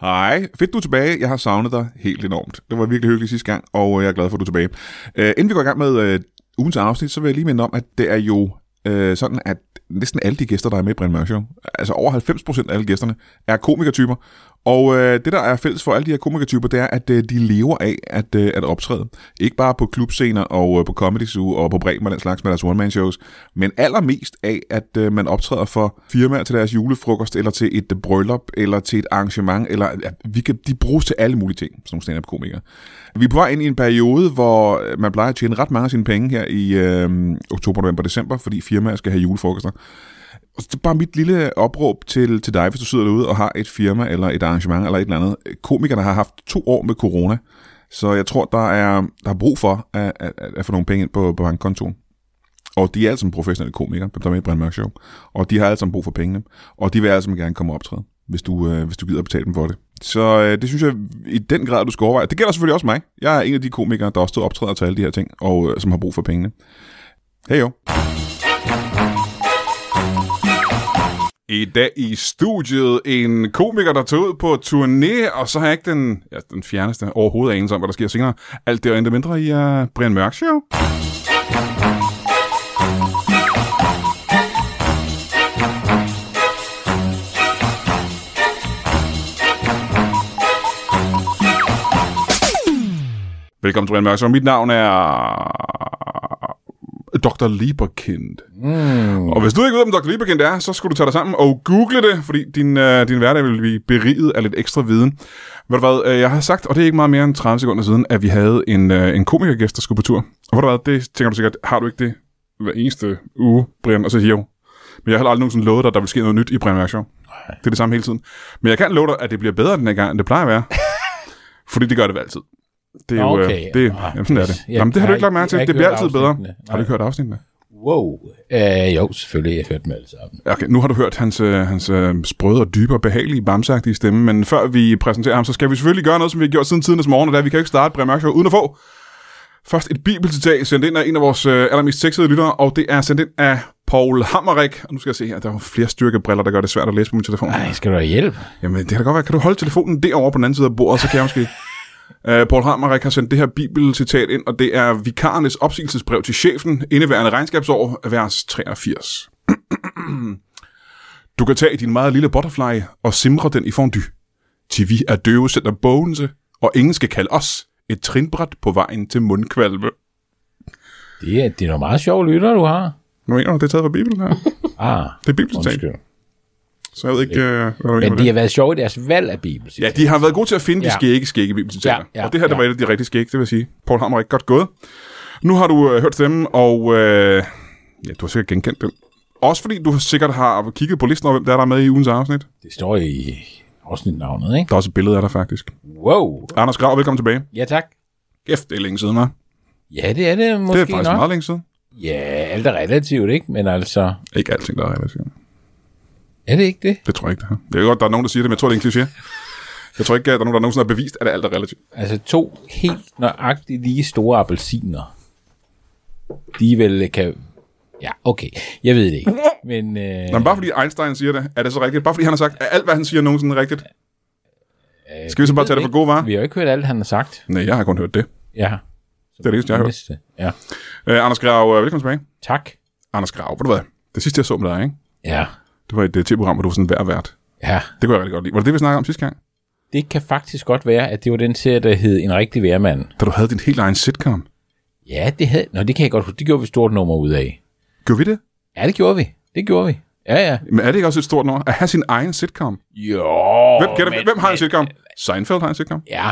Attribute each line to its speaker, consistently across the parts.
Speaker 1: Hej, fedt du er tilbage. Jeg har savnet dig helt enormt. Det var virkelig hyggeligt sidste gang, og jeg er glad for, at du er tilbage. Øh, inden vi går i gang med øh, ugens afsnit, så vil jeg lige minde om, at det er jo øh, sådan, at næsten alle de gæster, der er med i Brian Mørk Show, altså over 90% af alle gæsterne, er komikertyper. Og øh, det, der er fælles for alle de her komikertyper, det er, at øh, de lever af at, øh, at optræde. Ikke bare på klubscener og øh, på Comedy Zoo og på Bremen og den slags med deres one-man-shows, men allermest af, at øh, man optræder for firmaer til deres julefrokost, eller til et øh, bryllup, eller til et arrangement, eller ja, vi kan, de bruges til alle mulige ting, sådan nogle stand-up-komikere. Vi er på vej ind i en periode, hvor øh, man plejer at tjene ret mange af sine penge her i øh, oktober, november og december, fordi firmaer skal have julefrokoster. Og det er bare mit lille opråb til, til dig, hvis du sidder derude og har et firma eller et arrangement eller et eller andet. Komikerne har haft to år med corona, så jeg tror, der er, der er brug for at, at, at, at få nogle penge ind på, på bankkontoen. Og de er alle sammen professionelle komikere, dem der er med i Brian Mørk Show. Og de har alle sammen brug for pengene. Og de vil alle sammen gerne komme og optræde, hvis du, øh, hvis du gider betale dem for det. Så øh, det synes jeg i den grad, du skal overveje. Det gælder selvfølgelig også mig. Jeg er en af de komikere, der også står og optræder til alle de her ting, og øh, som har brug for pengene. Hej jo. I dag i studiet en komiker, der tog ud på turné, og så har jeg ikke den, ja, den fjerneste overhovedet anelse om, hvad der sker senere. Alt det og intet mindre i uh, Brian Mørk Show. Velkommen til Brian Mørk Show. Mit navn er Dr. Lieberkind. Mm. Og hvis du ikke ved, om Dr. Lieberkind er, så skulle du tage dig sammen og google det, fordi din, øh, din hverdag vil blive beriget af lidt ekstra viden. Ved du hvad, øh, jeg har sagt, og det er ikke meget mere end 30 sekunder siden, at vi havde en, øh, en komikergæst, der skulle på tur. Og ved du hvad, det tænker du sikkert, har du ikke det hver eneste uge, Brian? Og så siger jeg jo, men jeg har aldrig nogensinde lovet dig, at der vil ske noget nyt i Brian Mørk Show. Det er det samme hele tiden. Men jeg kan love dig, at det bliver bedre den her gang, end det plejer at være. fordi det gør det altid. Det er jo, øh,
Speaker 2: Okay.
Speaker 1: det,
Speaker 2: Ah,
Speaker 1: jamen, sådan er det.
Speaker 2: jeg-
Speaker 1: Jamen, det har du
Speaker 2: jeg-
Speaker 1: ikke lagt mærke
Speaker 2: jeg
Speaker 1: til.
Speaker 2: har ikke
Speaker 1: Det bliver
Speaker 2: hørt
Speaker 1: altid bedre.
Speaker 2: afsnittene.
Speaker 1: Har du ikke hørt afsnittene?
Speaker 2: Wow. Øh, jo, selvfølgelig. Jeg hørte dem alle sammen.
Speaker 1: Okay, nu har du hørt hans, øh, hans øh, sprøde og dybe og behagelige bamsagtige stemme, men før vi præsenterer ham, så skal vi selvfølgelig gøre noget, som vi har gjort siden tidernes morgen, og der vi kan jo ikke starte Brian Mørk Show uden at få først et bibelcitat sendt ind af en af vores øh, allermest sexede lyttere, og det er sendt ind af Paul Hammerik. Og nu skal jeg se her, der er jo flere styrkebriller, der gør det svært at læse på min telefon.
Speaker 2: Nej, skal du have hjælp?
Speaker 1: Jamen, det kan da godt være. Kan du holde telefonen derovre på den anden side af bordet, så kan jeg måske... Uh, Paul Hammerik har sendt det her bibelcitat ind, og det er vikarernes opsigelsesbrev til chefen, indeværende regnskabsår, vers 83. du kan tage din meget lille butterfly og simre den i fondue, til vi er døve sender bogense, og ingen skal kalde os et trinbræt på vejen til mundkvalve.
Speaker 2: Det er, det er nogle meget sjove lytter, du har.
Speaker 1: Nu mener du, det er taget fra Bibelen her?
Speaker 2: Ah,
Speaker 1: Det er bibelcitat,
Speaker 2: undskyld.
Speaker 1: så jeg ved ikke, uh, hvad du mener med
Speaker 2: Men de
Speaker 1: det.
Speaker 2: har været sjove i deres valg af Bibelen.
Speaker 1: Ja, de har været gode til at finde ja. de
Speaker 2: Ja.
Speaker 1: skægge, skægge bibelcitater. Ja,
Speaker 2: Ja,
Speaker 1: ja,
Speaker 2: ja,
Speaker 1: og det her, ja. det
Speaker 2: ja.
Speaker 1: var et af de rigtig skægge, det vil jeg sige. Paul Hammer er ikke godt gået. Nu har du øh, hørt dem, og øh, ja, du har sikkert genkendt dem. Også fordi du sikkert har kigget på listen over, hvem der er, der er med i ugens afsnit.
Speaker 2: Det står i afsnitnavnet, ikke?
Speaker 1: Der er også et billede af dig, faktisk.
Speaker 2: Wow.
Speaker 1: Anders Grav, velkommen tilbage.
Speaker 2: Ja, tak.
Speaker 1: Kæft, det er længe siden, hva'?
Speaker 2: Ja, det er det
Speaker 1: Det
Speaker 2: måske
Speaker 1: er faktisk
Speaker 2: nok.
Speaker 1: meget længe siden.
Speaker 2: Ja, alt er relativt, ikke? Men altså,
Speaker 1: Ikke alting, der er relativt.
Speaker 2: er det ikke det?
Speaker 1: Det tror jeg ikke, det er. Det er godt, der er nogen, der siger det, men jeg tror, det er en kliché. Jeg tror ikke, at der er nogen, der nogensinde har bevist, at alt er relativt.
Speaker 2: Altså to helt nøjagtigt lige store appelsiner. De vel kan... Ja, okay. Jeg ved det ikke. Men, øh,
Speaker 1: Nå, men bare fordi Einstein siger det, er det så rigtigt? Bare fordi han har sagt, at alt, hvad han siger, er nogensinde rigtigt? Skal vi så bare tage det for gode varer?
Speaker 2: vi har jo ikke hørt alt, han har sagt.
Speaker 1: Nej, jeg har kun hørt det.
Speaker 2: Ja.
Speaker 1: Det er det eneste, jeg har hørt.
Speaker 2: Næste. Ja.
Speaker 1: Øh, Anders Grav, øh, velkommen tilbage.
Speaker 2: Tak.
Speaker 1: Anders Grav, ved du hvad? Det sidste, jeg så med dig, ikke?
Speaker 2: Ja.
Speaker 1: Det var et uh, tv-program, hvor du var sådan hver vært.
Speaker 2: Ja.
Speaker 1: Det kunne jeg rigtig godt lide. Var det det, vi snakkede om sidste gang?
Speaker 2: Det kan faktisk godt være, at det var den serie, der hed En rigtig værmand.
Speaker 1: Da du havde din helt egen sitcom.
Speaker 2: Ja, det havde... Nå, det kan jeg godt huske. Det gjorde vi et stort nummer ud af.
Speaker 1: Gjorde vi det?
Speaker 2: Ja, det gjorde vi. Det gjorde vi. Ja, ja.
Speaker 1: Men er det ikke også et stort nummer? At have sin egen sitcom.
Speaker 2: Jo.
Speaker 1: Hvem, oh, hvem har en sitcom? Seinfeld har en sitcom.
Speaker 2: Ja.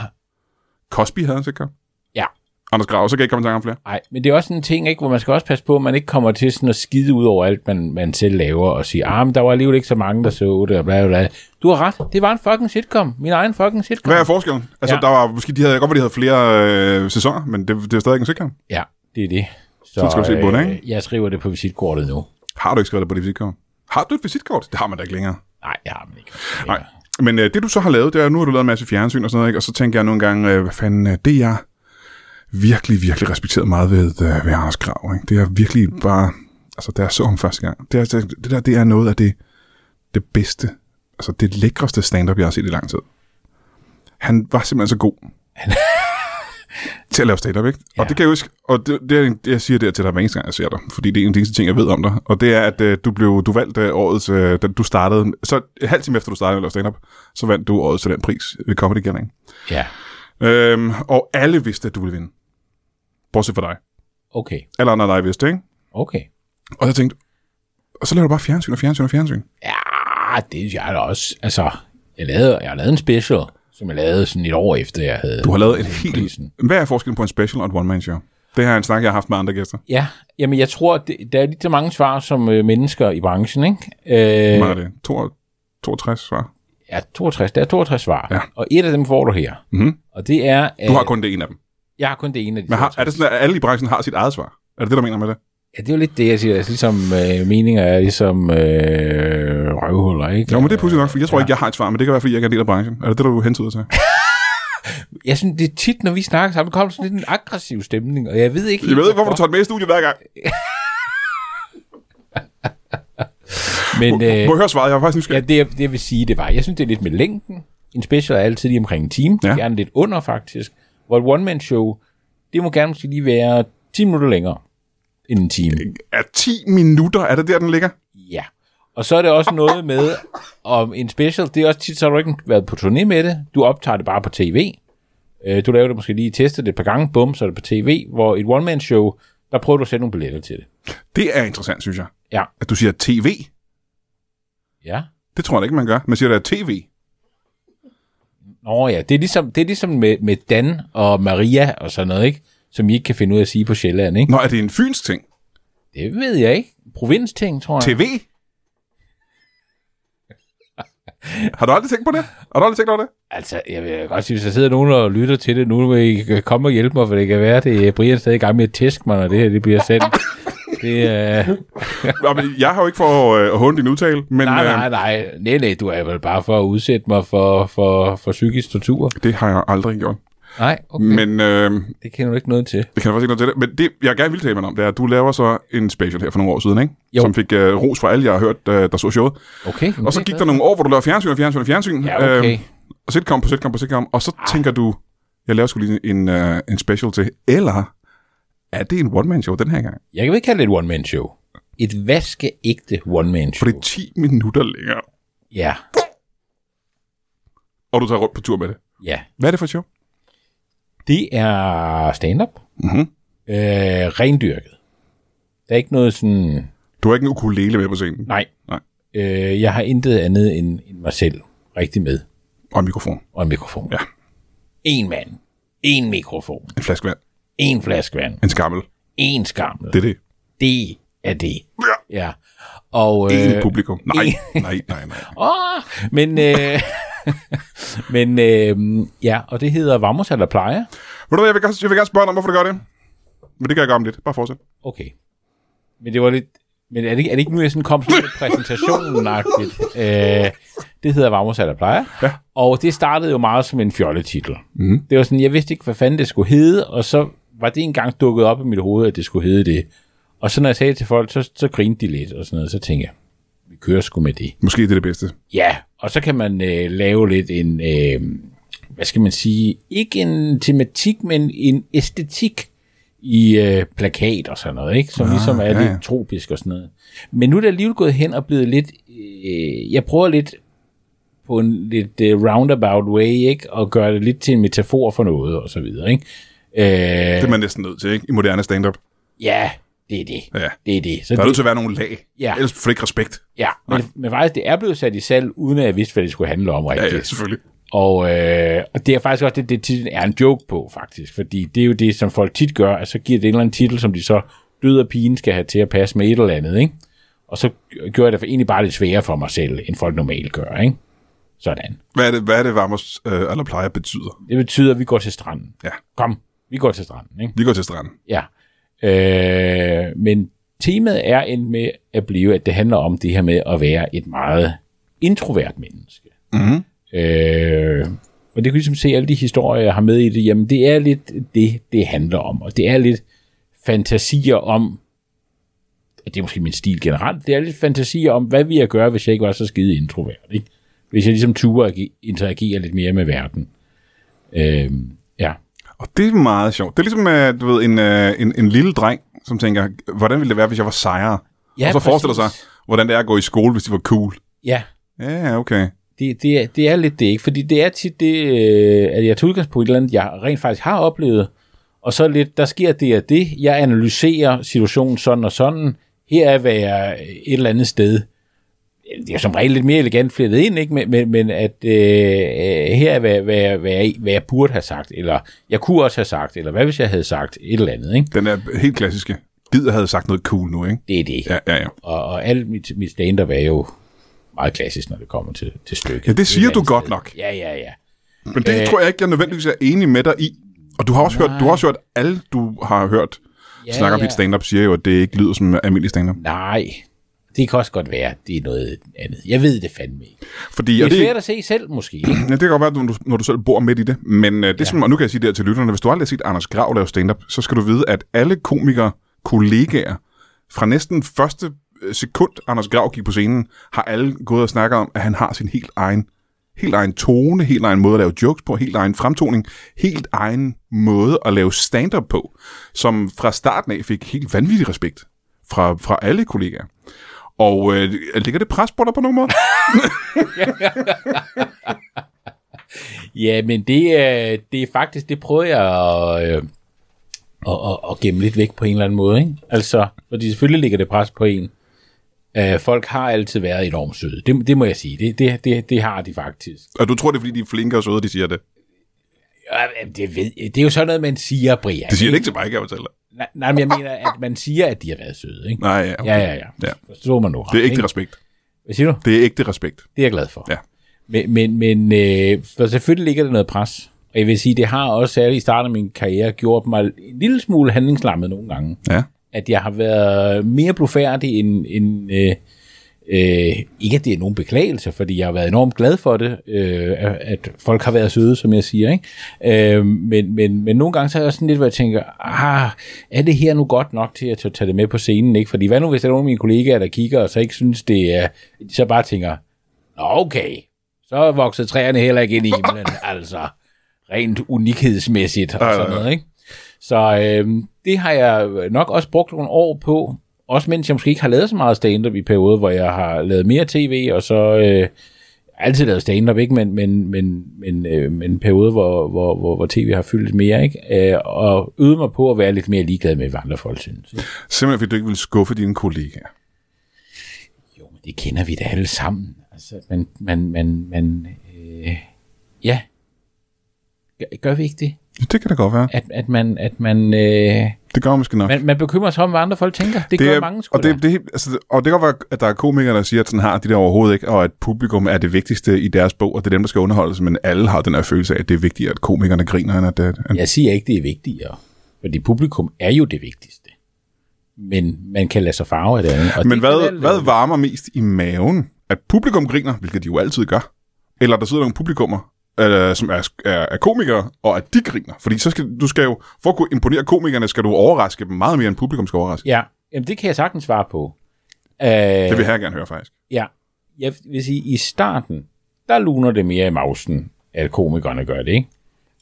Speaker 1: Cosby havde en sitcom.
Speaker 2: Ja.
Speaker 1: Anders Grav, så kan jeg ikke komme i tanke om flere.
Speaker 2: Nej, men det er også en ting, ikke, hvor man skal også passe på, at man ikke kommer til sådan at skide ud over alt, man, man selv laver, og sige, ah, men der var alligevel ikke så mange, der så det, og bla, bla, bla. Du har ret. Det var en fucking sitcom. Min egen fucking sitcom.
Speaker 1: Hvad er forskellen? Altså,
Speaker 2: Ja.
Speaker 1: der var måske, de havde godt, være, de havde flere øh, sæsoner, men det, det er stadig ikke en sitcom.
Speaker 2: Ja, det er det. Så,
Speaker 1: Sådan skal du se på det,
Speaker 2: øh, jeg skriver det på visitkortet nu.
Speaker 1: Har du ikke skrevet det på dit visitkort? Har du et visitkort? Det har man da ikke længere.
Speaker 2: Nej, det har man ikke.
Speaker 1: Nej. Men øh, det du så har lavet, det er, nu har du lavet en masse fjernsyn og sådan noget, ikke? og så tænker jeg nogle gange, øh, hvad fanden, øh, det jeg virkelig, virkelig respekteret meget ved, øh, ved Anders Grav, ikke? det er virkelig bare, altså da jeg så ham første gang, det, er, det der, det er noget af det, det bedste, altså det lækreste stand-up, jeg har set i lang tid. Han var simpelthen så god til at lave stand-up, ikke? Ja. Og det kan jeg huske, og det, det, er, en- det jeg siger der til dig hver eneste gang, jeg ser dig, fordi det er en af de eneste ting, jeg ved om dig, og det er, at øh, du blev du valgte øh, årets, øh, da du startede, så en halv time efter du startede med at lave stand-up, så vandt du årets til den pris ved Comedy Gathering.
Speaker 2: Ja,
Speaker 1: Øhm, og alle vidste, at du ville vinde. Bortset fra dig.
Speaker 2: okay,
Speaker 1: Alle andre end dig vidste, ikke?
Speaker 2: okay.
Speaker 1: Og jeg tænkte, og så laver du bare fjernsyn og fjernsyn og fjernsyn.
Speaker 2: Ja, det synes jeg da også. Altså, jeg lavede, jeg lavede en special, som jeg lavede sådan et år efter, jeg havde...
Speaker 1: Du har lavet en helt...
Speaker 2: prisen.
Speaker 1: Hvad er forskellen på en special og et one-man show? Det her er en snak, jeg har haft med andre gæster.
Speaker 2: Ja, jamen jeg tror, det, der er lige så mange svar som øh, mennesker i branchen, ikke?
Speaker 1: Hvor
Speaker 2: Øh,
Speaker 1: mange er det? 62, 62 svar?
Speaker 2: ja, 62, der er 62 svar.
Speaker 1: Ja.
Speaker 2: Og et af dem får du her.
Speaker 1: Mhm.
Speaker 2: Og det er...
Speaker 1: Du
Speaker 2: øh,
Speaker 1: har kun det ene af dem.
Speaker 2: Jeg har kun det ene af de
Speaker 1: Men har,
Speaker 2: 62.
Speaker 1: er det sådan, at alle i branchen har sit eget svar? Er det det, du mener med det?
Speaker 2: Ja, det er jo lidt det, jeg siger. Altså, ligesom øh, meninger er ligesom øh, røvhuller, ikke?
Speaker 1: Jo, men det er pludselig nok, for jeg tror ikke, jeg har et svar, men det kan være, fordi jeg ikke er en del af branchen. Er det det, du hentyder til?
Speaker 2: Jeg synes, det er tit, når vi snakker sammen, kommer sådan lidt en aggressiv stemning, og jeg ved ikke...
Speaker 1: Jeg ved ikke, hvorfor du tager det med i studiet hver gang.
Speaker 2: Men øh,
Speaker 1: Må jeg høre svaret? Jeg var faktisk
Speaker 2: ja,
Speaker 1: nysgerrig.
Speaker 2: det, jeg- det, jeg vil sige, det var, jeg synes, det er lidt med længden. En special er altid lige omkring en time,
Speaker 1: Ja.
Speaker 2: ja. gerne lidt under faktisk. Hvor et one-man-show, det må gerne måske lige være 10 minutter længere end en time.
Speaker 1: Er 10 minutter, er det der, den ligger?
Speaker 2: Ja. Og så er det også noget med, om en special, det er også tit, så har du ikke været på turné med det. Du optager det bare på tv. Øh, Du laver det måske lige, tester det et par gange, bum, så er det på tv. Hvor et one-man-show, der prøver du at sætte nogle billetter til det.
Speaker 1: Det er interessant, synes jeg.
Speaker 2: Ja.
Speaker 1: At du siger tv.
Speaker 2: Ja.
Speaker 1: Det tror jeg da ikke, man gør. Man siger, der er tv.
Speaker 2: Nå ja, det er ligesom, det er ligesom med, med Dan og Maria og sådan noget, ikke? Som I ikke kan finde ud af at sige på Sjælland, ikke?
Speaker 1: Nå, er det en fyns ting?
Speaker 2: Det ved jeg ikke. Provinsting, tror jeg.
Speaker 1: TV? Har du aldrig tænkt på det? Har du aldrig tænkt over det?
Speaker 2: Altså, jeg vil godt sige, hvis der sidder nogen og lytter til det, nu vil I komme og hjælpe mig, for det kan være, det er Brian stadig i gang med at tæske mig, når det her det bliver sendt. Det, øh,
Speaker 1: Nå, men jeg har jo ikke for øh, at hunde din udtale, men øh,
Speaker 2: nej, nej, nej, nej, nej, du er vel bare for at udsætte mig for, for, for psykisk tortur.
Speaker 1: det har jeg aldrig gjort.
Speaker 2: Nej, okay, Men...
Speaker 1: Men øh,
Speaker 2: det kender du ikke noget til.
Speaker 1: det kan jeg faktisk ikke noget til det. Men det, jeg gerne vil tale med dig om, det er, at du laver så en special her for nogle år siden, ikke?
Speaker 2: Jo.
Speaker 1: Som fik øh, ros fra alle, jeg har hørt, øh, der så showet.
Speaker 2: Okay.
Speaker 1: Og så gik der nogle år, hvor du lavede fjernsyn og fjernsyn og fjernsyn.
Speaker 2: Ja, okay. Ah.
Speaker 1: øh, og sitcom på sitcom på sitcom. Og så tænker du, jeg laver sgu lige en, øh, en special til. Eller er det en one-man-show den her gang?
Speaker 2: Jeg kan ikke kalde det et one-man-show. Et vaskeægte
Speaker 1: For
Speaker 2: one-man-show.
Speaker 1: det er 10 minutter længere,
Speaker 2: Ja,
Speaker 1: og du tager rundt på tur med det.
Speaker 2: ja.
Speaker 1: Hvad er det for et show?
Speaker 2: Det er stand-up.
Speaker 1: Mm-hmm.
Speaker 2: Øh, rendyrket. Der er ikke noget sådan...
Speaker 1: Du har ikke en ukulele med på scenen.
Speaker 2: Nej.
Speaker 1: Nej.
Speaker 2: Øh, jeg har intet andet end, end mig selv rigtig med.
Speaker 1: Og en mikrofon.
Speaker 2: Og en mikrofon.
Speaker 1: Ja.
Speaker 2: En mand. En mikrofon.
Speaker 1: En flaske vand.
Speaker 2: En flaske vand.
Speaker 1: En skammel.
Speaker 2: En skammel.
Speaker 1: Det
Speaker 2: Det,
Speaker 1: er det.
Speaker 2: det er det.
Speaker 1: Ja.
Speaker 2: Ja. Og,
Speaker 1: En
Speaker 2: øh,
Speaker 1: publikum. Nej, nej, nej, nej.
Speaker 2: Åh, men, øh, men øh, ja, og det hedder Vamos eller Plejer.
Speaker 1: Ved du hvad, jeg vil, gerne- jeg vil gerne spørge dig om, hvorfor du gør det. Men det kan jeg gøre om lidt. Bare fortsæt.
Speaker 2: Okay. Men det var lidt... Men er det, ikke- er det ikke nu, jeg sådan kom sådan lidt præsentationen-agtigt? Øh, det hedder Vamos eller Plejer.
Speaker 1: Ja.
Speaker 2: Og det startede jo meget som en fjolletitel.
Speaker 1: Mhm.
Speaker 2: Det var sådan, jeg vidste ikke, hvad fanden det skulle hedde, og så var det engang dukket op i mit hoved, at det skulle hedde det. Og så når jeg sagde det til folk, så, så grinte de lidt og sådan noget. Så tænkte jeg, vi kører sgu med det.
Speaker 1: Måske det er det bedste.
Speaker 2: Ja, og så kan man øh, lave lidt en, øh, hvad skal man sige, ikke en tematik, men en æstetik i øh, plakat og sådan noget, ikke? som ah, ligesom er
Speaker 1: ja,
Speaker 2: ja,
Speaker 1: ja.
Speaker 2: lidt tropisk og sådan noget. Men nu er det alligevel gået hen og blevet lidt, øh, jeg prøver lidt på en lidt øh, roundabout way, ikke? og gøre det lidt til en metafor for noget og så videre. Ikke? Øh,
Speaker 1: Det er man næsten nødt til, ikke? I moderne stand-up.
Speaker 2: ja, det er det.
Speaker 1: Ja.
Speaker 2: Det er det. Så
Speaker 1: Der er
Speaker 2: det,
Speaker 1: nødt til at være nogle lag.
Speaker 2: Ja.
Speaker 1: Ellers får det ikke respekt.
Speaker 2: ja. Men, men faktisk, det er blevet sat i salg, uden at jeg vidste, hvad det skulle handle om
Speaker 1: Ja,
Speaker 2: rigtigt.
Speaker 1: ja, selvfølgelig.
Speaker 2: Og, øh, og det er faktisk også det, det titlen er en joke på, faktisk. Fordi det er jo det, som folk tit gør, at så giver det en eller anden titel, som de så død og pigen skal have til at passe med et eller andet, ikke? Og så gør jeg det for egentlig bare lidt sværere for mig selv, end folk normalt gør, ikke? Sådan.
Speaker 1: Hvad er det, hvad er det Varmers øh, eller plejer betyder?
Speaker 2: Det betyder, at vi går til stranden.
Speaker 1: Ja.
Speaker 2: Kom, vi går til stranden, ikke?
Speaker 1: Vi går til stranden.
Speaker 2: Ja. Øh, men temaet er endt med at blive, at det handler om det her med at være et meget introvert menneske.
Speaker 1: Mhm.
Speaker 2: Øh, og det kan du ligesom se alle de historier, jeg har med i det. Jamen, det er lidt det, det handler om. Og det er lidt fantasier om, og det er måske min stil generelt, det er lidt fantasier om, hvad vi jeg gøre, hvis jeg ikke var så skide introvert. Ikke? Hvis jeg ligesom turde at gi- interagere lidt mere med verden. Øh, ja.
Speaker 1: Og det er meget sjovt. Det er ligesom øh, du ved, en, øh, en, en lille dreng, som tænker, hvordan ville det være, hvis jeg var sejere?
Speaker 2: Ja,
Speaker 1: og så forestiller sig,
Speaker 2: præcis.
Speaker 1: hvordan det er at gå i skole, hvis de var cool.
Speaker 2: Ja,
Speaker 1: Ja, okay.
Speaker 2: det, det, er, det er lidt det ikke, fordi det er tit det, øh, at jeg tager udgangspunkt i et eller andet, jeg rent faktisk har oplevet, og så lidt, der sker det og det, jeg analyserer situationen sådan og sådan, her er hvad jeg øh, et eller andet sted, det er jo som regel lidt mere elegant flettet ind, ikke? Men, men, men at øh, øh, her er hvad, hvad, jeg, hvad, jeg, hvad jeg burde have sagt, eller jeg kunne også have sagt, eller hvad hvis jeg havde sagt et eller andet, ikke?
Speaker 1: Den er helt klassiske. Gider havde sagt noget cool nu, ikke?
Speaker 2: det er det.
Speaker 1: Ja, ja, ja.
Speaker 2: Og, og alt mit, mit stand-up er jo meget klassisk, når det kommer til, til stykket.
Speaker 1: Ja, det
Speaker 2: Et
Speaker 1: siger
Speaker 2: eller
Speaker 1: du
Speaker 2: andet
Speaker 1: godt
Speaker 2: sted.
Speaker 1: nok.
Speaker 2: Ja, ja, ja.
Speaker 1: Men det øh, tror jeg ikke, jeg nødvendigvis er enig med dig i. Og du har også, hørt, du har også hørt, alle du har hørt ja,
Speaker 2: Ja,
Speaker 1: snakke om
Speaker 2: ja.
Speaker 1: dit stand-up, siger jo, at det ikke lyder som almindelig stand-up.
Speaker 2: Nej, det kan også godt være, det er noget andet. Jeg ved det fandme ikke.
Speaker 1: Fordi,
Speaker 2: Det er
Speaker 1: og
Speaker 2: det...
Speaker 1: det,
Speaker 2: svært at se selv, måske. ikke?
Speaker 1: Ja, det kan godt være, når du, når du selv bor midt i det. Men øh, det er som, og nu kan jeg sige det her til lytterne, hvis du aldrig har set Anders Grav lave stand-up, så skal du vide, at alle komikere, kollegaer, fra næsten første øh, sekund, Anders Grav gik på scenen, har alle gået og snakket om, at han har sin helt egen, helt egen tone, helt egen måde at lave jokes på, helt egen fremtoning, helt egen måde at lave stand-up på, som fra starten af fik helt vanvittig respekt fra, fra alle kollegaer. Og øh, ligger det pres på dig på nogen måde?
Speaker 2: Ja, men det er, det er faktisk, det prøver jeg at, øh, at, at, at gemme lidt væk på en eller anden måde. Ikke? Altså, fordi selvfølgelig ligger det pres på en. Øh, folk har altid været enormt søde. Det, det må jeg sige. Det, det, det, det har de faktisk.
Speaker 1: Og du tror, det er, fordi de er flinke og søde, de siger det?
Speaker 2: Ja, Det, ved, jeg. det er jo sådan noget, man siger, Brian.
Speaker 1: Det siger det ikke til mig, kan jeg fortælle dig.
Speaker 2: Nej, nej, men jeg mener, at man siger, at de har været søde. Ikke?
Speaker 1: Nej, ja, okay.
Speaker 2: Ja, ja, ja.
Speaker 1: Ja.
Speaker 2: Forstår man nu
Speaker 1: Det er
Speaker 2: ret,
Speaker 1: ægte respekt.
Speaker 2: Hvad siger du?
Speaker 1: Det er ægte respekt.
Speaker 2: Det er jeg glad for.
Speaker 1: Ja.
Speaker 2: Men, men, men øh, for selvfølgelig ligger der noget pres. Og jeg vil sige, det har også særligt i starten af min karriere gjort mig en lille smule handlingslammet nogle gange.
Speaker 1: Ja.
Speaker 2: At jeg har været mere blufærdig end... end øh, øh, ikke at det er nogen beklagelse, fordi jeg har været enormt glad for det, øh, at- at folk har været søde, som jeg siger. Ikke? Øh, men, men, men nogle gange så er jeg også sådan lidt, hvor jeg tænker, ah, er det her nu godt nok til at t- tage det med på scenen? Ikke? Fordi hvad nu, hvis der er nogle af mine kollegaer, der kigger, og så ikke synes, det er... Så bare tænker, Nå, okay, så voksede træerne heller ikke ind i himlen, altså rent unikhedsmæssigt og sådan noget, ikke? Så øh, det har jeg nok også brugt nogle år på, også mens jeg måske ikke har lavet så meget stand-up i perioder, hvor jeg har lavet mere tv, og så øh, altid lavet stand-up, ikke? Men, men, men, men, øh, men perioder, hvor, hvor, hvor, hvor tv har fyldt mere, ikke? Øh, og øvet mig på at være lidt mere ligeglad med, hvad andre folk synes. ikke?
Speaker 1: Simpelthen fordi du ikke vil skuffe dine kollegaer.
Speaker 2: Jo, men det kender vi da alle sammen. Altså, man, man, man, man øh, ja. Gør, gør vi ikke det?
Speaker 1: Ja, det kan da godt være.
Speaker 2: At, at man, at man, øh,
Speaker 1: Det gør man måske nok.
Speaker 2: man, man bekymrer sig om, hvad andre folk tænker. Det, det
Speaker 1: det
Speaker 2: gør
Speaker 1: er,
Speaker 2: mange sgu
Speaker 1: og,
Speaker 2: da.
Speaker 1: det, det, er helt- altså, og det kan godt være, at der er komikere, der siger, at sådan har de der overhovedet ikke, og at publikum er det vigtigste i deres bog, og det er dem, der skal underholdes, men alle har den her følelse af, at det er vigtigt, at komikerne griner, end at, at, at
Speaker 2: Jeg siger ikke, det er vigtigere. Fordi publikum er jo det vigtigste. Men man kan lade sig farve af det andet. Og
Speaker 1: Men
Speaker 2: det kan
Speaker 1: hvad,
Speaker 2: være
Speaker 1: hvad varmer mest i maven? At publikum griner, hvilket de jo altid gør. Eller der sidder nogle publikummer, øh, som er, er, er komikere, og at de griner. Fordi så skal, du skal jo, for at kunne imponere komikerne, skal du overraske dem meget mere, end publikum skal overraske.
Speaker 2: Ja, jamen, det kan jeg sagtens svare på. Øh,
Speaker 1: Det vil jeg gerne høre, faktisk.
Speaker 2: Ja, jeg vil sige, i starten, der luner det mere i mausen, at komikerne gør det, ikke?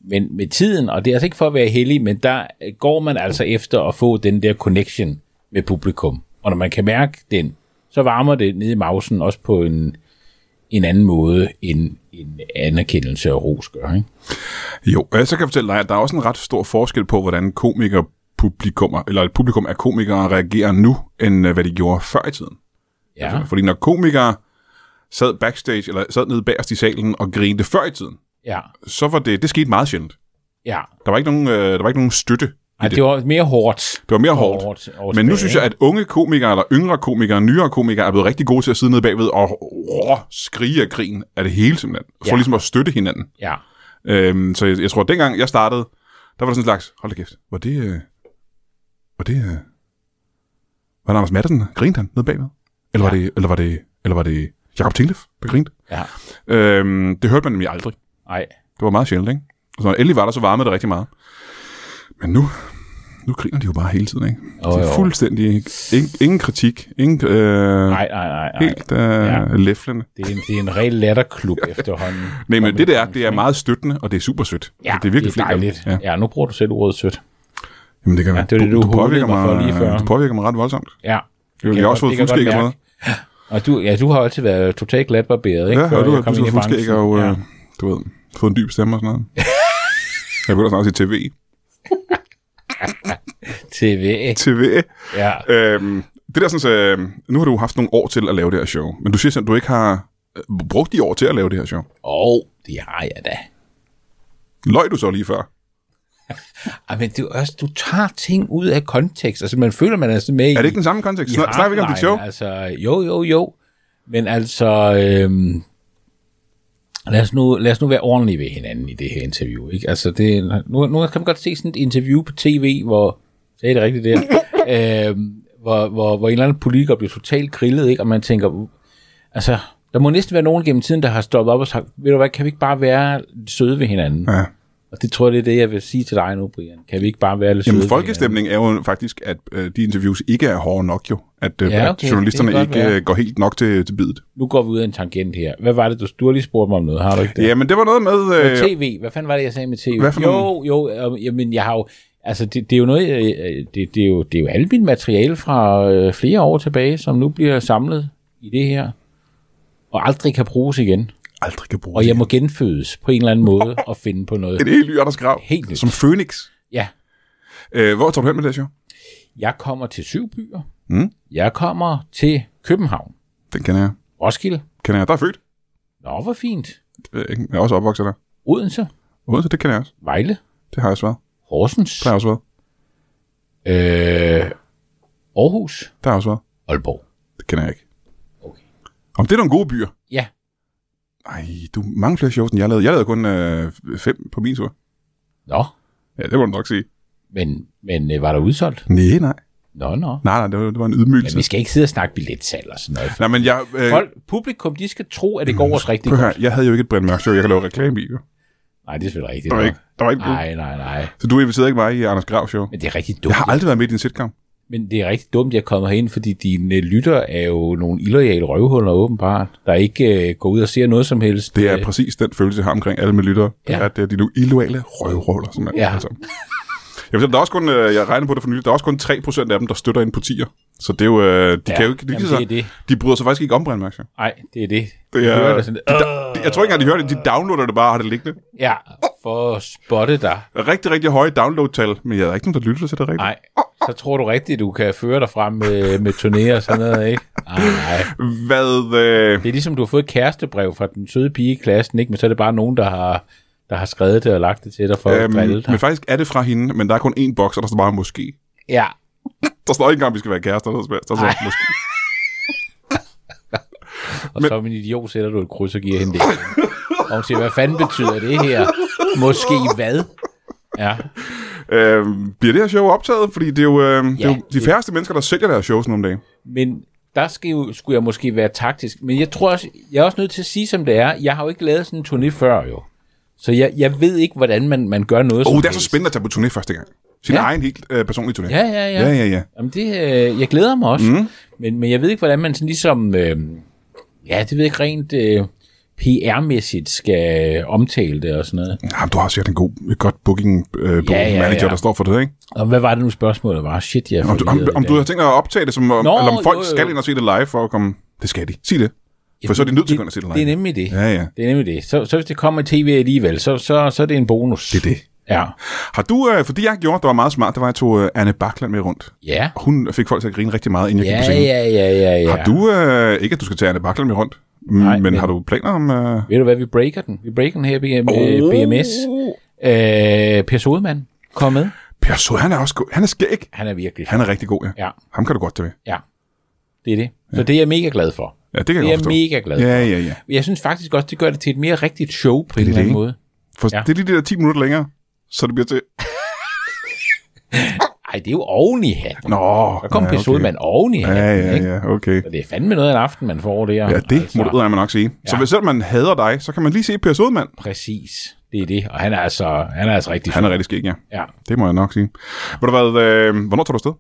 Speaker 2: Men med tiden, og det er altså ikke for at være heldig, men der går man altså efter at få den der connection med publikum. Og når man kan mærke den, så varmer det nede i mausen også på en, en anden måde, end en anerkendelse og ros gør, ikke?
Speaker 1: Jo, og så kan jeg fortælle dig, at der er også en ret stor forskel på, hvordan komikere publikummer, eller et publikum af komikere reagerer nu, end øh, hvad de gjorde før i tiden. Altså,
Speaker 2: Ja,
Speaker 1: Fordi når komikere sad backstage, eller sad nede bagerst i salen og grinte før i tiden,
Speaker 2: ja,
Speaker 1: så var det, det skete meget sjældent.
Speaker 2: ja.
Speaker 1: Der var ikke nogen, øh, der var ikke nogen støtte.
Speaker 2: Ej, det var mere hårdt.
Speaker 1: Det var mere
Speaker 2: Og
Speaker 1: hårdt.
Speaker 2: hårdt over
Speaker 1: Men nu
Speaker 2: tilbage,
Speaker 1: synes jeg, at unge komikere, eller yngre komikere, nyere komikere, er blevet rigtig gode til at sidde nede bagved og rå, skrige af krigen af det hele simpelthen. For ja.
Speaker 2: Ja.
Speaker 1: ligesom at støtte hinanden.
Speaker 2: Ja,
Speaker 1: Øhm, så jeg, jeg tror, at dengang jeg startede, der var der sådan en slags, hold da kæft, var det... Øh, var det... Øh, var det Anders Madsen? Grinte han nede bagved? Eller, ja. var det, eller var det... Eller var det Jakob Tinglef, der grinte?
Speaker 2: ja.
Speaker 1: Øhm, det hørte man nemlig aldrig.
Speaker 2: Ej,
Speaker 1: Det var meget sjældent, ikke? Og så når endelig var der, så varmede det rigtig meget. Men nu, Nu griner de jo bare hele tiden, ikke?
Speaker 2: Jo,
Speaker 1: det er
Speaker 2: jo.
Speaker 1: fuldstændig... Ingen, ingen kritik. Ingen, øh,
Speaker 2: Nej, nej, nej. nej.
Speaker 1: Helt øh, ja. læflende.
Speaker 2: Det, er en, det er en ren latterklub efterhånden.
Speaker 1: Nej, men det der, det er meget støttende, og det er super sødt.
Speaker 2: Ja,
Speaker 1: det er virkelig flink af dem.
Speaker 2: dejligt.
Speaker 1: Ja.
Speaker 2: Ja. ja, nu bruger du selv ordet sødt.
Speaker 1: Jamen, det kan ja,
Speaker 2: det var det, du hulede mig for lige før.
Speaker 1: øh, Du påvirker mig ret voldsomt.
Speaker 2: Ja.
Speaker 1: Jo, jeg har også fået fuldskæg og sådan noget.
Speaker 2: Og du, ja, du har altid været totalt glatbarberet, ikke?
Speaker 1: Ja,
Speaker 2: Før
Speaker 1: og du har
Speaker 2: jeg kom
Speaker 1: pludselig
Speaker 2: ind i
Speaker 1: fået fuldskæg og,
Speaker 2: branchen.
Speaker 1: øh,
Speaker 2: Ja.
Speaker 1: du ved, fået en dyb stemme og sådan noget. jeg begynder snart at sige TV.
Speaker 2: TV.
Speaker 1: TV.
Speaker 2: Ja.
Speaker 1: Øhm, det der sådan, øh, nu har du haft nogle år til at lave det her show, men du siger sådan, at du ikke har øh, brugt de år til at lave det her show.
Speaker 2: Og det har jeg da.
Speaker 1: Løg du så lige før?
Speaker 2: Ej, men det er jo også, du tager ting ud af kontekst. Altså, man føler, man er sådan med i...
Speaker 1: Er det ikke den samme kontekst? Ja, Snakker vi ikke om dit
Speaker 2: hardline,
Speaker 1: show?
Speaker 2: Altså, jo, jo, jo. Men altså, øhm, lad, os nu, lad os nu være ordentlige ved hinanden i det her interview. Ikke? Altså, det, nu, nu kan man godt se sådan et interview på tv, hvor, sagde jeg det rigtigt der, øhm, hvor, hvor, hvor en eller anden politiker bliver totalt grillet, ikke? og man tænker, altså, der må næsten være nogen gennem tiden, der har stoppet op og sagt, ved du hvad, kan vi ikke bare være lidt søde ved hinanden?
Speaker 1: Ja.
Speaker 2: Og det tror jeg, det er det, jeg vil sige til dig nu, Brian. Kan vi ikke bare være lidt søde
Speaker 1: Jamen,
Speaker 2: ved hinanden?
Speaker 1: folkestemningen er jo faktisk, at øh, de interviews ikke er hårde nok jo. At, øh,
Speaker 2: Ja,
Speaker 1: ja,
Speaker 2: okay, det
Speaker 1: okay,
Speaker 2: kan
Speaker 1: at journalisterne
Speaker 2: godt
Speaker 1: ikke
Speaker 2: være.
Speaker 1: øh, går helt nok til, til bidet.
Speaker 2: Nu går vi ud af en tangent her. Hvad var det, du, du har lige spurgte mig om noget, har du ikke det?
Speaker 1: Ja, men det var noget med...
Speaker 2: Øh,
Speaker 1: Øh,
Speaker 2: TV, hvad fanden var det, jeg sagde med TV?
Speaker 1: Hvad for
Speaker 2: jo, jo, øh, jamen jeg har jo, altså det, det er jo noget, øh, øh, det, det, er jo, det er jo alt mit materiale fra øh, flere år tilbage, som nu bliver samlet i det her, og aldrig kan bruges igen.
Speaker 1: aldrig kan bruge
Speaker 2: Og jeg må genfødes på en eller anden måde og finde på noget.
Speaker 1: En helt ny Anders Grav.
Speaker 2: Helt nyt.
Speaker 1: Som Phoenix.
Speaker 2: Ja,
Speaker 1: Øh, hvor tager du hen med det her show?
Speaker 2: jeg kommer til syv byer.
Speaker 1: Mm.
Speaker 2: Jeg kommer til København,
Speaker 1: Den kender jeg.
Speaker 2: Roskilde,
Speaker 1: Kender jeg. Der er født.
Speaker 2: Nå, hvor fint,
Speaker 1: Øh, ikke? Jeg er også opvokset der.
Speaker 2: Odense,
Speaker 1: Odense, det kender jeg også.
Speaker 2: Vejle,
Speaker 1: Det har jeg også været.
Speaker 2: Horsens,
Speaker 1: Der har jeg også været.
Speaker 2: øh, Aarhus,
Speaker 1: Der har jeg også været.
Speaker 2: Aalborg.
Speaker 1: Det kender jeg ikke.
Speaker 2: Okay.
Speaker 1: Om det er nogle gode byer.
Speaker 2: Ja,
Speaker 1: Ej, du er mange flere shows, end jeg lavede. Jeg lavede kun øh, fem på min tur.
Speaker 2: nå,
Speaker 1: Ja, det må du nok sige.
Speaker 2: Men, men øh, var der udsolgt?
Speaker 1: Nej, nej.
Speaker 2: Nå, nå.
Speaker 1: Nej, nej, det var, det var en
Speaker 2: Men
Speaker 1: ydmygelse.
Speaker 2: vi skal ikke sidde og snakke billetsal og sådan noget.
Speaker 1: Nej, men jeg... Øh, Mm.
Speaker 2: Folk, publikum, de skal tro, at det går os rigtig
Speaker 1: prøv at
Speaker 2: godt.
Speaker 1: høre, jeg havde jo ikke et Brian Mørk show, jeg kan lave reklame i. jo.
Speaker 2: Nej, det er selvfølgelig rigtigt.
Speaker 1: Der var
Speaker 2: nå.
Speaker 1: ikke, der var ikke
Speaker 2: Nej, nej, nej.
Speaker 1: Så du inviterede ikke mig i Anders Grav show.
Speaker 2: Men det er rigtig
Speaker 1: Jeg
Speaker 2: dumt.
Speaker 1: har aldrig været med i din sitcom.
Speaker 2: Men det er rigtig dumt, jeg kommer herind, fordi dine øh, lytter er jo nogle illoyale røvhuller åbenbart, der ikke øh, går ud og ser noget som helst.
Speaker 1: Det er
Speaker 2: Øh,
Speaker 1: præcis den følelse, jeg har omkring alle mine lyttere. Det
Speaker 2: Ja.
Speaker 1: er, at det er de nu illoyale røvroller, som er
Speaker 2: Ja.
Speaker 1: altså. Jeg, ved, der er også kun, øh, jeg regner på det for nylig, der er også kun 3% af dem, der støtter ind på tier. Så det er jo, øh, de ja, kan jo ikke, de,
Speaker 2: jamen,
Speaker 1: sig,
Speaker 2: det er det.
Speaker 1: de bryder sig faktisk ikke om Brandmærk.
Speaker 2: Nej, det er det.
Speaker 1: Det
Speaker 2: Jeg
Speaker 1: er-
Speaker 2: hører det sådan, øh,
Speaker 1: Jeg tror ikke engang, de hører det, de downloader det bare og har det liggende.
Speaker 2: ja, for at spotte dig.
Speaker 1: Rigtig, rigtig høje download-tal, men jeg er ikke nogen, der lytter til det rigtigt.
Speaker 2: Nej, så tror du rigtigt, du kan føre dig frem med, med turnéer og sådan noget, ikke? Ej, nej.
Speaker 1: Hvad, øh,
Speaker 2: Det er ligesom, du har fået et kærestebrev fra den søde pige i klassen, ikke? men så er det bare nogen, der har, der har skrevet det og lagt det til dig for at drille
Speaker 1: øhm,
Speaker 2: dig.
Speaker 1: men faktisk er det fra hende, men der er kun én boks, og der står bare måske.
Speaker 2: Ja,
Speaker 1: Der står ikke engang, vi skal være kærester, der står, der står måske.
Speaker 2: og men... som en idiot sætter du et kryds og giver hende det. Og hun siger, hvad fanden betyder det her? Måske hvad? Ja,
Speaker 1: Øh, bliver det her show optaget? Fordi det er jo, øh, ja, det er jo de
Speaker 2: det-
Speaker 1: færreste mennesker, der sælger deres shows nu om dagen.
Speaker 2: men der skal jo, skulle jeg måske være taktisk. Men jeg tror også, jeg er også nødt til at sige, som det er. Jeg har jo ikke lavet sådan en turné før, jo. Så jeg, jeg ved ikke, hvordan man, man gør noget.
Speaker 1: Åh,
Speaker 2: som
Speaker 1: oh, det er så
Speaker 2: helst.
Speaker 1: spændende at tage på turné første gang. Sin ja.
Speaker 2: Ja.
Speaker 1: egen helt øh, personlige turné.
Speaker 2: Ja, ja, ja.
Speaker 1: ja, ja, ja.
Speaker 2: Jamen det, øh, jeg glæder mig også, mm. men, men jeg ved ikke, hvordan man sådan ligesom, øh, ja, det ved jeg ikke rent øh, PR-mæssigt skal omtale det og sådan noget.
Speaker 1: Jamen, du har sikkert en god, et godt booking, øh, booking ja, ja,
Speaker 2: ja,
Speaker 1: manager,
Speaker 2: ja.
Speaker 1: der står for det, ikke?
Speaker 2: Og hvad var det nu spørgsmålet var? Shit, jeg er
Speaker 1: Om, du, om,
Speaker 2: forvirret i
Speaker 1: om
Speaker 2: dag.
Speaker 1: du har tænkt dig at optage det, som, om,
Speaker 2: Nå,
Speaker 1: eller om folk
Speaker 2: jo, jo.
Speaker 1: skal ind og se det live for at komme... Det skal de. Sig det. For så er de nødt til at gå ind og se det live.
Speaker 2: Det er nemlig det.
Speaker 1: Ja, ja.
Speaker 2: Det er nemlig det. Så, så hvis det kommer i tv alligevel, så, så, så er det en bonus.
Speaker 1: Det er det.
Speaker 2: Ja.
Speaker 1: Har du, øh, fordi jeg gjorde, der var meget smart, det var, at jeg tog øh, Anne Bakland med rundt.
Speaker 2: Ja.
Speaker 1: Hun fik folk til at grine rigtig meget, inden jeg gik
Speaker 2: Ja,
Speaker 1: på scenen.
Speaker 2: ja, ja, ja, ja.
Speaker 1: Har du, øh, ikke at du skal tage Anne Bakland med rundt, Nej, men, men har du planer om... Øh,
Speaker 2: Ved du hvad, vi breaker den. Vi breaker den her BM, oh. BMS. Øh, per Sodemann, kom med.
Speaker 1: Per Sod, han er også god. Han er skæg.
Speaker 2: Han er virkelig.
Speaker 1: Han er rigtig god, ja.
Speaker 2: Ja.
Speaker 1: Ham kan du godt tage med.
Speaker 2: Ja, det er det. Så det er jeg mega glad for.
Speaker 1: Ja, det kan
Speaker 2: Det er
Speaker 1: jeg
Speaker 2: jeg
Speaker 1: godt forstå.
Speaker 2: mega glad for.
Speaker 1: Ja, ja, ja.
Speaker 2: Jeg synes faktisk også, det gør det til et mere rigtigt show på en
Speaker 1: det,
Speaker 2: eller anden
Speaker 1: ikke?
Speaker 2: måde.
Speaker 1: For ja.
Speaker 2: Ja.
Speaker 1: det er lige det der 10 minutter længere, så det bliver til...
Speaker 2: Ej, det er jo oven i hatten.
Speaker 1: Nå,
Speaker 2: Der kom ja, okay. Pesodemand oven i hatten,
Speaker 1: Ja,
Speaker 2: ja,
Speaker 1: ja,
Speaker 2: ikke?
Speaker 1: ja, okay.
Speaker 2: Så det er fandme noget af en aften, man får der.
Speaker 1: Ja, det altså. må du man nok sige. Ja. Så hvis selv man hader dig, så kan man lige se Per Sodmand.
Speaker 2: Præcis. Det Det er det, og han er altså, han er altså rigtig
Speaker 1: Han
Speaker 2: sjov.
Speaker 1: er rigtig skæg, ja.
Speaker 2: Ja.
Speaker 1: Det må jeg nok sige. Ved du hvad, øh, hvornår tager du afsted?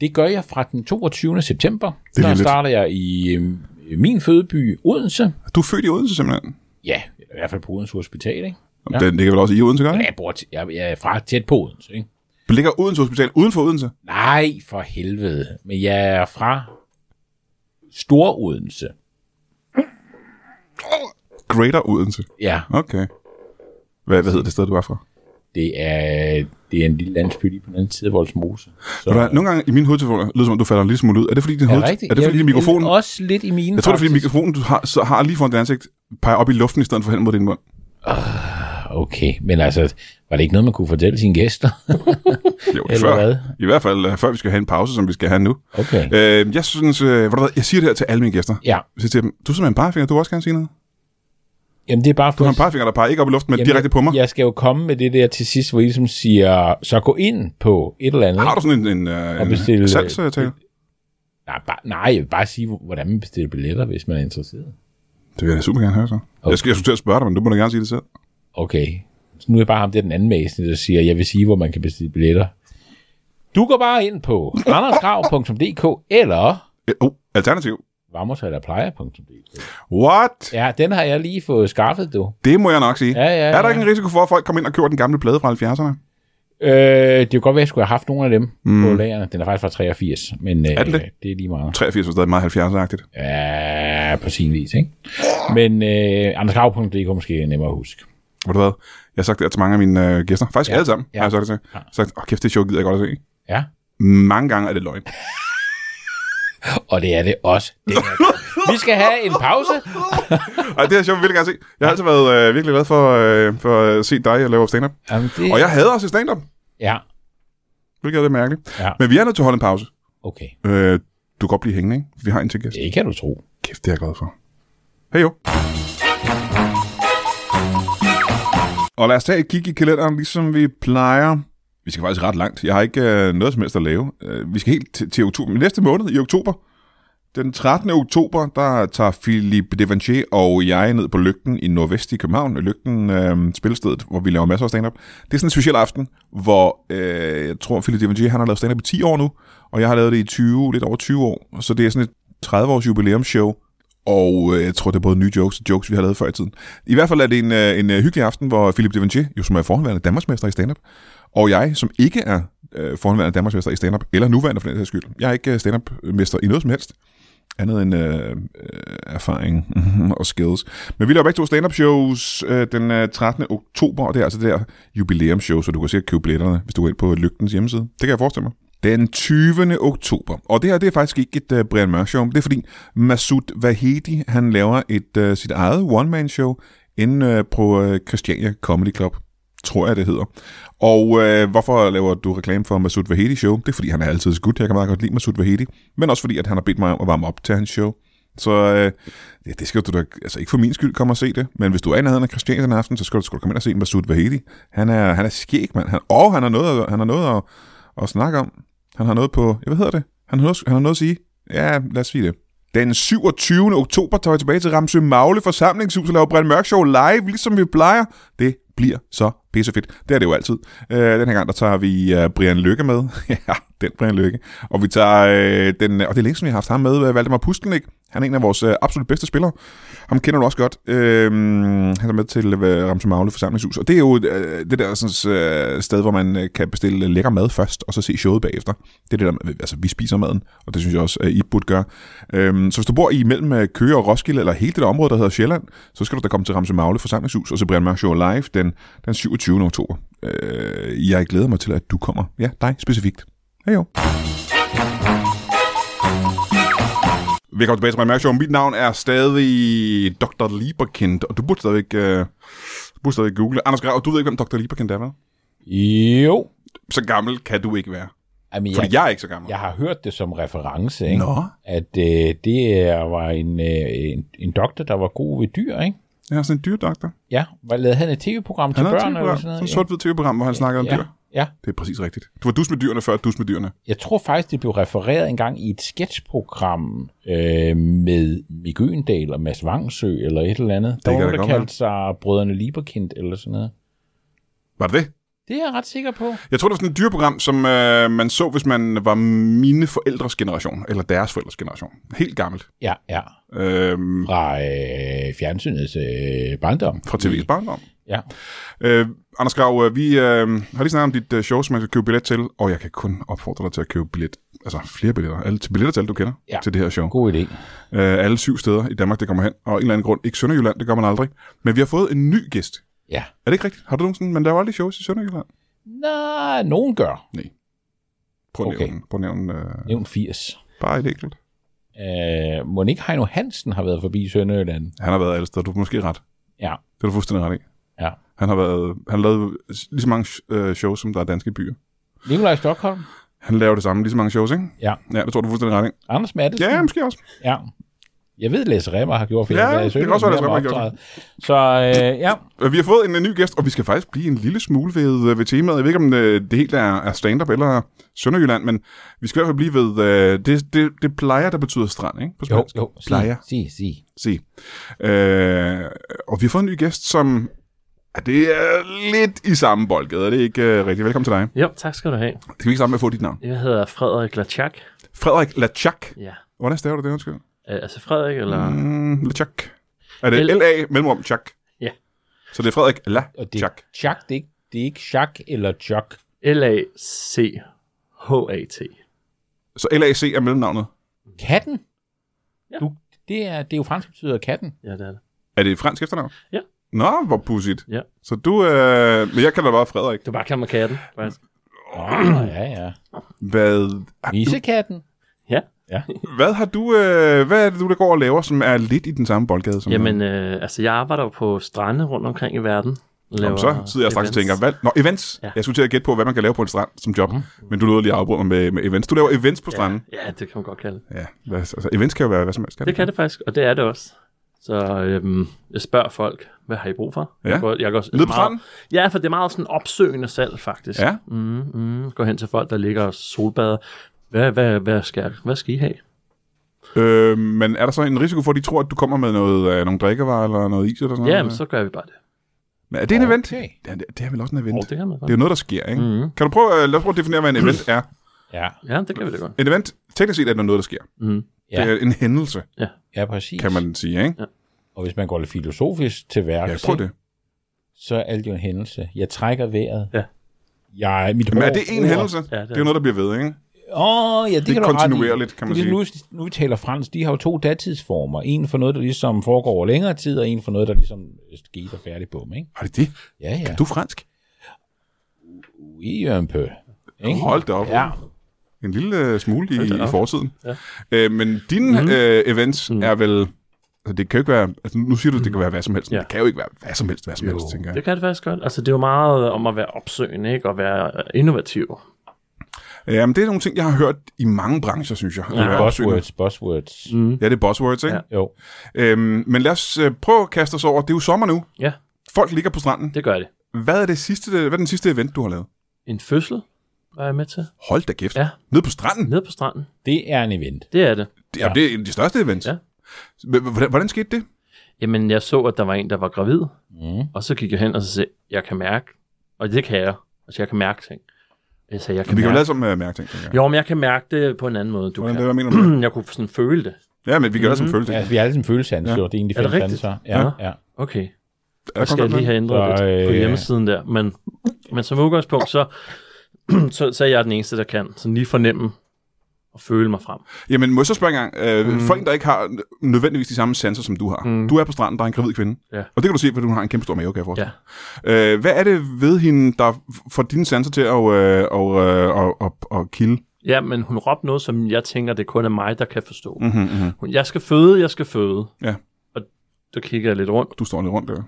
Speaker 2: Det gør jeg fra den 22. september.
Speaker 1: lige
Speaker 2: Der
Speaker 1: lidt.
Speaker 2: starter jeg i øh, min fødeby, Odense.
Speaker 1: Du er født i Odense simpelthen.
Speaker 2: Ja, i hvert fald på Odense Hospital, ikke?
Speaker 1: Ja. Den ligger vel også i Odense, gør den
Speaker 2: Men
Speaker 1: ikke?
Speaker 2: Jeg, bor t- jeg, jeg er fra tæt på Odense, ikke?
Speaker 1: Den Ligger Odense Hospital uden for Odense?
Speaker 2: Nej, for helvede. Men jeg er fra Stor Odense.
Speaker 1: Greater Odense.
Speaker 2: Ja,
Speaker 1: Okay. Hvad, hvad hedder det sted, du er fra?
Speaker 2: det er, det er en lille landsby lige på den anden side af Voldsmose. Så,
Speaker 1: Ved du hvad, nogle gange i min hovedtelefon lyder det som om, du falder en lille smule ud. Er det fordi, din hoved... er det fordi, din mikrofon...
Speaker 2: Også lidt i mine,
Speaker 1: Jeg tror, det er fordi
Speaker 2: faktisk.
Speaker 1: mikrofonen, du har, så har lige foran dit ansigt, peger op i luften i stedet for hen mod din mund.
Speaker 2: Okay, men altså, var det ikke noget, man kunne fortælle sine gæster?
Speaker 1: Jo,
Speaker 2: Eller
Speaker 1: før,
Speaker 2: hvad?
Speaker 1: I hvert fald øh, før vi skal have en pause, som vi skal have nu.
Speaker 2: Okay.
Speaker 1: Øh, jeg synes, øh, ved du hvad, jeg siger det her til alle mine gæster.
Speaker 2: Ja,
Speaker 1: Jeg siger til dem, du er simpelthen en pegefinger, du vil også gerne sige noget.
Speaker 2: jamen det er bare
Speaker 1: Du
Speaker 2: for...
Speaker 1: har en pegefinger, der peger ikke op i luften, men
Speaker 2: Jamen,
Speaker 1: direkte på mig.
Speaker 2: Jeg skal jo komme med det der til sidst, hvor I ligesom siger, så gå ind på et eller andet.
Speaker 1: Har
Speaker 2: ikke?
Speaker 1: du sådan en, en, øh, en
Speaker 2: bestille, øh,
Speaker 1: salgstale?
Speaker 2: Nej, bare, nej, jeg vil bare sige, hvordan man bestiller billetter, hvis man er interesseret.
Speaker 1: Det vil jeg super gerne høre så. Okay. Jeg, skal, jeg skulle til at spørge dig, men du må da gerne sige det selv.
Speaker 2: Okay. Så nu er jeg bare ham der den anden mæsen, der siger, jeg vil sige, hvor man kan bestille billetter. Du går bare ind på randersgrav.dk eller
Speaker 1: Øh, Oh, alternativ.
Speaker 2: vammersalderplejer.dk.
Speaker 1: What?
Speaker 2: Ja, den har jeg lige fået skaffet, du.
Speaker 1: Det må jeg nok sige.
Speaker 2: Ja, ja,
Speaker 1: er der
Speaker 2: ja.
Speaker 1: ikke en risiko for, at folk kommer ind og køber den gamle plade fra 70'erne?
Speaker 2: Øh, det er godt være, at jeg skulle have haft nogle af dem mm. på lagerne. Den er faktisk fra 83, men øh,
Speaker 1: Er den det?
Speaker 2: det er lige meget.
Speaker 1: 83 var stadig meget 70'er-agtigt.
Speaker 2: Ja, på sin vis, ikke? Men øh, andersgrav.dk er måske nemmere at huske.
Speaker 1: Ved du hvad? Jeg har sagt det her til mange af mine øh, gæster. Faktisk ja. alle sammen ja.
Speaker 2: Ja.
Speaker 1: har jeg sagt det til. Jeg har sagt, åh kæft, det show gider jeg godt at se.
Speaker 2: Ja,
Speaker 1: Mange gange er det løgn.
Speaker 2: og det er det også. Den her gang. Vi skal have en pause.
Speaker 1: Og det her show vil jeg virkelig gerne se. Jeg har altid været øh, virkelig glad for, øh, for at se dig og lave stand-up.
Speaker 2: Jamen, det...
Speaker 1: Og jeg hader også stand-up,
Speaker 2: Ja,
Speaker 1: hvilket er lidt mærkeligt.
Speaker 2: Ja.
Speaker 1: Men vi er nødt til at holde en pause.
Speaker 2: okay.
Speaker 1: Øh, du kan godt blive hængende, ikke? Vi har en til gæst.
Speaker 2: Det kan du tro.
Speaker 1: Kæft, det er jeg glad for. Hej jo. Og lad os tage et kig i kalenderen, ligesom vi plejer. Vi skal faktisk ret langt. Jeg har ikke øh, noget som helst at lave. Øh, vi skal helt til, til oktober. Men Næste måned i oktober. Den 13. oktober, der tager Philippe Devanché og jeg ned på Lygten i Nordvest i København. Lygten øh, spillestedet, hvor vi laver masser af stand-up. Det er sådan en speciel aften, hvor øh, jeg tror, Philippe Devanché han har lavet stand-up i 10 år nu, og jeg har lavet det i 20, lidt over 20 år. Så det er sådan et 30-års jubilæumsshow, og øh, jeg tror, det er både nye jokes og jokes, vi har lavet før i tiden. I hvert fald er det en, øh, en øh, hyggelig aften, hvor Philip Devanché, jo som er forhåndværende Danmarksmester i stand-up, og jeg, som ikke er øh, forhåndværende Danmarksmester i stand-up, eller nuværende for den sags skyld. Jeg er ikke øh, stand-up-mester i noget som helst, andet end øh, øh, erfaring og skills. Men vi laver begge to stand-up shows øh, den øh, 13. oktober, og det er altså det der jubilæumsshow, så du kan sikkert købe billetterne, hvis du går ind på Lygtens hjemmeside. Det kan jeg forestille mig. Den 20. oktober. Og det her, det er faktisk ikke et uh, Brian Mørk show, men det er fordi Masoud Vahedi, han laver et uh, sit eget one-man show inde uh, på uh, Christiania Comedy Club, tror jeg det hedder. Og øh, hvorfor laver du reklame for Masoud Vahedi show? Det er fordi, han er altid skudt. Jeg kan meget godt lide Masoud Vahedi. Men også fordi, at han har bedt mig om at varme op til hans show. Så øh, ja, det skal du da, altså ikke for min skyld komme og se det, men hvis du er i nærheden af Christiania den aften, så skal du, skal du komme ind og se Masoud Vahedi. Han er, han er skæg, mand. Han, og han har noget, at- han har noget at, at snakke om. Han har noget på, ja, hvad hedder det? Han har, noget, han har noget at sige. Ja, lad os sige det. Den 27. oktober tager vi tilbage til Ramsø Magle forsamlingshus og laver Brian Mørk Show live, ligesom vi plejer. Det bliver så pissefedt. Det er det jo altid. Øh, den her gang, der tager vi øh, Brian Lykke med. ja, den Brian Lykke. Og vi tager øh, den, og det er længe siden, vi har haft ham med, øh, Valdemar Pustelnik. Han er en af vores øh, absolut bedste spillere. Ham kender du også godt. Øh, han er med til øh, Ramsø Magle forsamlingshus. Og det er jo øh, det der sådan, øh, sted, hvor man øh, kan bestille lækker mad først, og så se showet bagefter. Det er det der, altså vi spiser maden, og det synes jeg også, at I burde gøre. Øhm, så hvis du bor i mellem øh, Køge og Roskilde, eller hele det der område, der hedder Sjælland, så skal du da komme til Ramse Magle forsamlingshus, og se Brian Mørk Show live den, den 27. oktober. Øh, jeg glæder mig til, at du kommer. Ja, dig specifikt. Hej jo. Velkommen tilbage til Brian Mørk Show. Mit navn er stadig Dr. Lieberkind, og du burde stadigvæk, øh, du burde stadigvæk google. Anders Grav, du ved ikke, hvem Dr. Lieberkind er, vel?
Speaker 2: Jo.
Speaker 1: Så gammel kan du ikke være.
Speaker 2: Jamen,
Speaker 1: Fordi
Speaker 2: jeg,
Speaker 1: jeg er ikke så gammel.
Speaker 2: jeg har hørt det som reference, ikke?
Speaker 1: Nå.
Speaker 2: at øh, det er- var en, øh, en, en doktor, der var god ved dyr, ikke?
Speaker 1: Jeg er sådan en dyrdoktor.
Speaker 2: Ja, hvad lavede han et tv-program til
Speaker 1: Han har et
Speaker 2: børn? eller
Speaker 1: tv-program,
Speaker 2: sådan
Speaker 1: sådan
Speaker 2: noget?
Speaker 1: et sort-hvid tv-program, hvor han snakker om
Speaker 2: ja.
Speaker 1: dyr.
Speaker 2: Ja.
Speaker 1: Det er præcis rigtigt. Du var dus med dyrene før dus med dyrene.
Speaker 2: Jeg tror faktisk, det blev refereret engang i et sketchprogram øh, med Mick Øendal og Mads Vangsø eller et eller andet. Det der
Speaker 1: kan
Speaker 2: var nogen,
Speaker 1: da
Speaker 2: der
Speaker 1: godt være.
Speaker 2: kaldte sig Brødrene Lieberkind eller sådan noget.
Speaker 1: Var det det?
Speaker 2: Det er jeg ret sikker på.
Speaker 1: Jeg tror, det var sådan et dyreprogram, som øh, man så, hvis man var mine forældres generation, eller deres forældres generation. Helt gammelt.
Speaker 2: Ja, ja.
Speaker 1: Øhm,
Speaker 2: Fra øh, fjernsynets øh, barndom.
Speaker 1: fra TV's barndom.
Speaker 2: Ja.
Speaker 1: Øh, Anders Grav, øh, vi øh, har lige snakket om dit øh, show, som man skal købe billet til, og jeg kan kun opfordre dig til at købe billet, altså flere billetter, alle, til billetter til alle, du kender,
Speaker 2: Ja.
Speaker 1: til det her show.
Speaker 2: God idé.
Speaker 1: Øh, alle syv steder i Danmark, det kommer hen, og en eller anden grund, ikke Sønderjylland, det gør man aldrig. Men vi har fået en ny gæst.
Speaker 2: Ja.
Speaker 1: Er det ikke rigtigt? Har du nogensinde, men der var aldrig shows i Sønderjylland?
Speaker 2: Nå, nogen gør.
Speaker 1: Prøv at
Speaker 2: Okay.
Speaker 1: nævne, prøv at nævne øh,
Speaker 2: Nævn 80.
Speaker 1: bare et enkelt.
Speaker 2: Øh, Monique Heino Hansen har været forbi Sønderjylland.
Speaker 1: Han har været alle steder, du er måske ret.
Speaker 2: Ja.
Speaker 1: Det er du fuldstændig ret i.
Speaker 2: Ja.
Speaker 1: Han har været, han lavede lige så mange øh, shows, som der er danske byer.
Speaker 2: Nikolaj Stockholm.
Speaker 1: Han laver det samme, lige så mange shows, ikke?
Speaker 2: Ja.
Speaker 1: Ja, det tror du er fuldstændig ret i.
Speaker 2: Anders Mattesen.
Speaker 1: Ja, måske også.
Speaker 2: Ja. Jeg ved, Lasse Remmer har gjort flere.
Speaker 1: Ja,
Speaker 2: der i
Speaker 1: det kan
Speaker 2: Sønderjylland,
Speaker 1: også være, Lasse
Speaker 2: der har
Speaker 1: Remmer har
Speaker 2: optrædet. Så øh, ja,
Speaker 1: Vi har fået en, øh, ny gæst, og vi skal faktisk blive en lille smule ved, øh, ved temaet. Jeg ved ikke, om øh, det helt er, er stand-up eller Sønderjylland, men vi skal i hvert fald blive ved... øh, Det, det, det plejer, der betyder strand, ikke? På
Speaker 2: jo,
Speaker 1: spansk.
Speaker 2: jo, sig,
Speaker 1: Plejer.
Speaker 2: sig, sig.
Speaker 1: Se. Øh, og vi har fået en ny gæst, som... Ja, det er lidt i samme boldgade, er det ikke øh, rigtigt? Velkommen til dig.
Speaker 3: Jo, tak skal du have.
Speaker 1: Skal vi ikke starte med at få dit navn?
Speaker 3: Jeg hedder Frederik Lachak.
Speaker 1: Frederik Lachak.
Speaker 3: Ja.
Speaker 1: Hvordan staver du det, undskyld?
Speaker 3: Øh, altså Frederik, eller... Mm.
Speaker 1: Mm, Lachak. Er det
Speaker 3: L-
Speaker 1: L-A mellemrum Chak?
Speaker 3: Ja.
Speaker 1: Så det er Frederik
Speaker 2: Og det,
Speaker 1: Lachak.
Speaker 2: Chuck, det er ikke, det er ikke Chuck eller Chuck.
Speaker 3: L-A-C-H-A-T.
Speaker 1: Så L-A-C er mellemnavnet.
Speaker 2: Katten?
Speaker 3: Ja.
Speaker 2: Du, det, er, det er jo fransk, betyder katten.
Speaker 3: Ja, det er det.
Speaker 1: Er det et fransk efternavn?
Speaker 3: Ja.
Speaker 1: Nå, hvor pudsigt.
Speaker 3: Ja.
Speaker 1: Så du, øh, men jeg kalder dig bare Frederik.
Speaker 3: Du bare kalder mig katten, faktisk.
Speaker 1: Mm.
Speaker 2: Oh, ja,
Speaker 1: Ah,
Speaker 2: ja.
Speaker 1: Hvad,
Speaker 2: Nissekatten?
Speaker 1: hvad har du, øh, hvad er det, du der går og laver, som er lidt i den samme boldgade? Som
Speaker 3: Jamen, øh, altså jeg arbejder jo på strande rundt omkring i verden. og
Speaker 1: Nå, men så sidder jeg straks og
Speaker 3: events.
Speaker 1: tænker, hvad? Nå, events. Ja.
Speaker 3: Ja. Mhm.
Speaker 1: Jeg skulle til at gætte på, hvad man kan lave på en strand som job. Mm. Men du lød lige afbrudt mig med, med events. Du laver events på stranden.
Speaker 3: Ja, det kan man godt kalde det.
Speaker 1: Ja. ja. Altså, events kan jo være hvad som helst.
Speaker 3: Det kan det faktisk, og det er det også. Så øhm, jeg spørger folk, hvad har I brug for?
Speaker 1: Ja.
Speaker 3: Jeg går, jeg går
Speaker 1: Nede på
Speaker 3: meget-
Speaker 1: stranden?
Speaker 3: Ja, for det er meget sådan opsøgende salg, faktisk.
Speaker 1: Ja.
Speaker 3: Mm, mm, går hen til folk, der ligger og solbader. Hvad, hvad, hvad, skal, jeg- hvad skal I have?
Speaker 1: Øh, men er der så en risiko for, at de tror, at du kommer med noget, øh, nogle drikkevarer eller noget is eller sådan
Speaker 3: Ja, men
Speaker 1: noget?
Speaker 3: så gør vi bare det.
Speaker 1: Men er det en event?
Speaker 2: Okay.
Speaker 1: Ja, det, det er vel også en event.
Speaker 3: Oh, det kan man
Speaker 1: Det er
Speaker 3: godt.
Speaker 1: jo noget, der sker, ikke?
Speaker 3: Mhm.
Speaker 1: Kan du prøve, øh, lad os prøve at definere, hvad en event er.
Speaker 2: Ja,
Speaker 3: Ja, det kan vi da godt.
Speaker 1: En event, teknisk set er det noget, der sker.
Speaker 3: Mm.
Speaker 1: Ja.
Speaker 2: Ja.
Speaker 1: Det er en hændelse,
Speaker 2: ja, præcis.
Speaker 1: kan man sige, ikke?
Speaker 2: Og hvis man går lidt filosofisk til
Speaker 1: Ja,
Speaker 2: værks,
Speaker 1: prøv
Speaker 2: ikke,
Speaker 1: det.
Speaker 2: så er alt jo en hændelse. Jeg trækker vejret.
Speaker 3: Ja.
Speaker 2: Jeg, mit
Speaker 1: Men
Speaker 2: hår
Speaker 1: er det en
Speaker 2: gror.
Speaker 1: hændelse?
Speaker 3: Ja, det
Speaker 1: Det
Speaker 3: er
Speaker 1: er jo noget, der bliver ved, ikke?
Speaker 2: Åh, oh, ja, det,
Speaker 1: Det
Speaker 2: kan du have ret i.
Speaker 1: kontinuerligt, kan man
Speaker 2: det, er det, Nu, nu taler fransk, de har jo to datidsformer. En for noget, der ligesom foregår over længere tid, og en for noget, der ligesom skete og færdigt på dem, ikke?
Speaker 1: Har det det?
Speaker 2: Ja, ja.
Speaker 1: Er du fransk?
Speaker 2: Oui, un peu. Ikke?
Speaker 1: Hold da op.
Speaker 2: Ja.
Speaker 1: En lille øh, smule i,
Speaker 3: da
Speaker 1: i
Speaker 3: op.
Speaker 1: fortiden.
Speaker 3: Ja.
Speaker 1: Øh, men dine
Speaker 3: Mhm. Mhm.
Speaker 1: øh, events er vel... Altså, det kan jo ikke være... Altså, nu siger du, at det kan være hvad som helst. men
Speaker 3: Ja.
Speaker 1: Det kan jo ikke være hvad som helst, hvad som helst, tænker jeg.
Speaker 3: Det kan det faktisk godt. Altså, det er jo meget om at være opsøgende, ikke? Og være øh, innovativ.
Speaker 1: Ja, men det er nogle ting, jeg har hørt i mange brancher, synes jeg.
Speaker 3: Ja.
Speaker 2: Buzzwords, buzzwords. Mm.
Speaker 1: Ja, det er buzzwords, ikke?
Speaker 3: Ja.
Speaker 2: Jo.
Speaker 1: Øhm, men lad os øh, prøve at kaste os over. Det er jo sommer nu.
Speaker 3: Ja,
Speaker 1: Folk ligger på stranden.
Speaker 3: det gør det.
Speaker 1: Hvad er, det sidste, hvad er den sidste event, du har lavet?
Speaker 3: En fødsel var jeg med til.
Speaker 1: Hold da kæft.
Speaker 3: Ja.
Speaker 1: Nede på stranden?
Speaker 3: Nede på stranden.
Speaker 2: Det er en event.
Speaker 3: Det er det.
Speaker 1: Det, ja. det er de største events.
Speaker 3: Ja.
Speaker 1: Men Hvordan, hvordan skete det?
Speaker 3: Jamen, jeg så, at der var en, der var gravid.
Speaker 2: Mm.
Speaker 3: Og så gik jeg hen og så sagde, jeg kan mærke. Og det kan jeg. Altså, jeg kan mærke ting. Jeg sagde, jeg kan
Speaker 1: Vi kan jo lade
Speaker 3: mærke.
Speaker 1: som uh, mærke ting, tænker jeg.
Speaker 3: Jo, men jeg kan mærke det på en anden måde, du
Speaker 1: Hvordan, det,
Speaker 3: kan.
Speaker 1: hvad mener du?
Speaker 3: jeg kunne sådan føle det.
Speaker 1: Ja, men vi kan jo lade
Speaker 3: Mhm.
Speaker 1: som følelse.
Speaker 2: Ja,
Speaker 1: Ja,
Speaker 2: altså, vi har alle sådan en følelsesans,
Speaker 1: Ja.
Speaker 2: ja. jo. Det er egentlig
Speaker 3: Er det
Speaker 2: fem
Speaker 3: rigtigt?
Speaker 2: sanser. Ja,
Speaker 3: Ja.
Speaker 2: ja. ja.
Speaker 3: Okay,
Speaker 1: der
Speaker 3: der skal jeg lige have ændret
Speaker 2: Så,
Speaker 3: lidt på
Speaker 2: øh,
Speaker 3: hjemmesiden der. Men, men som udgangspunkt, så, så, så er jeg den eneste, der kan sådan lige fornemme og føle mig frem.
Speaker 1: Jamen, må jeg så spørge engang.
Speaker 3: Mhm.
Speaker 1: Øh, For en, der ikke har nø- nødvendigvis de samme sanser, som du har. Mm. Du er på stranden, der er en gravid kvinde.
Speaker 3: Ja.
Speaker 1: Og det kan du se, fordi hun har en kæmpe stor mave, kan jeg forestille
Speaker 3: Ja.
Speaker 1: mig. Øh, hvad er det ved hende, der f- får dine sanser til at, øh, og, øh, og, og, og kilde?
Speaker 3: ja, men hun råbte noget, som jeg tænker, det kun er mig, der kan forstå.
Speaker 1: Mm-hmm, mm-hmm.
Speaker 3: Hun, jeg skal føde, jeg skal føde.
Speaker 1: Ja.
Speaker 3: Og der kiggede jeg lidt rundt.
Speaker 1: Du står lidt rundt der.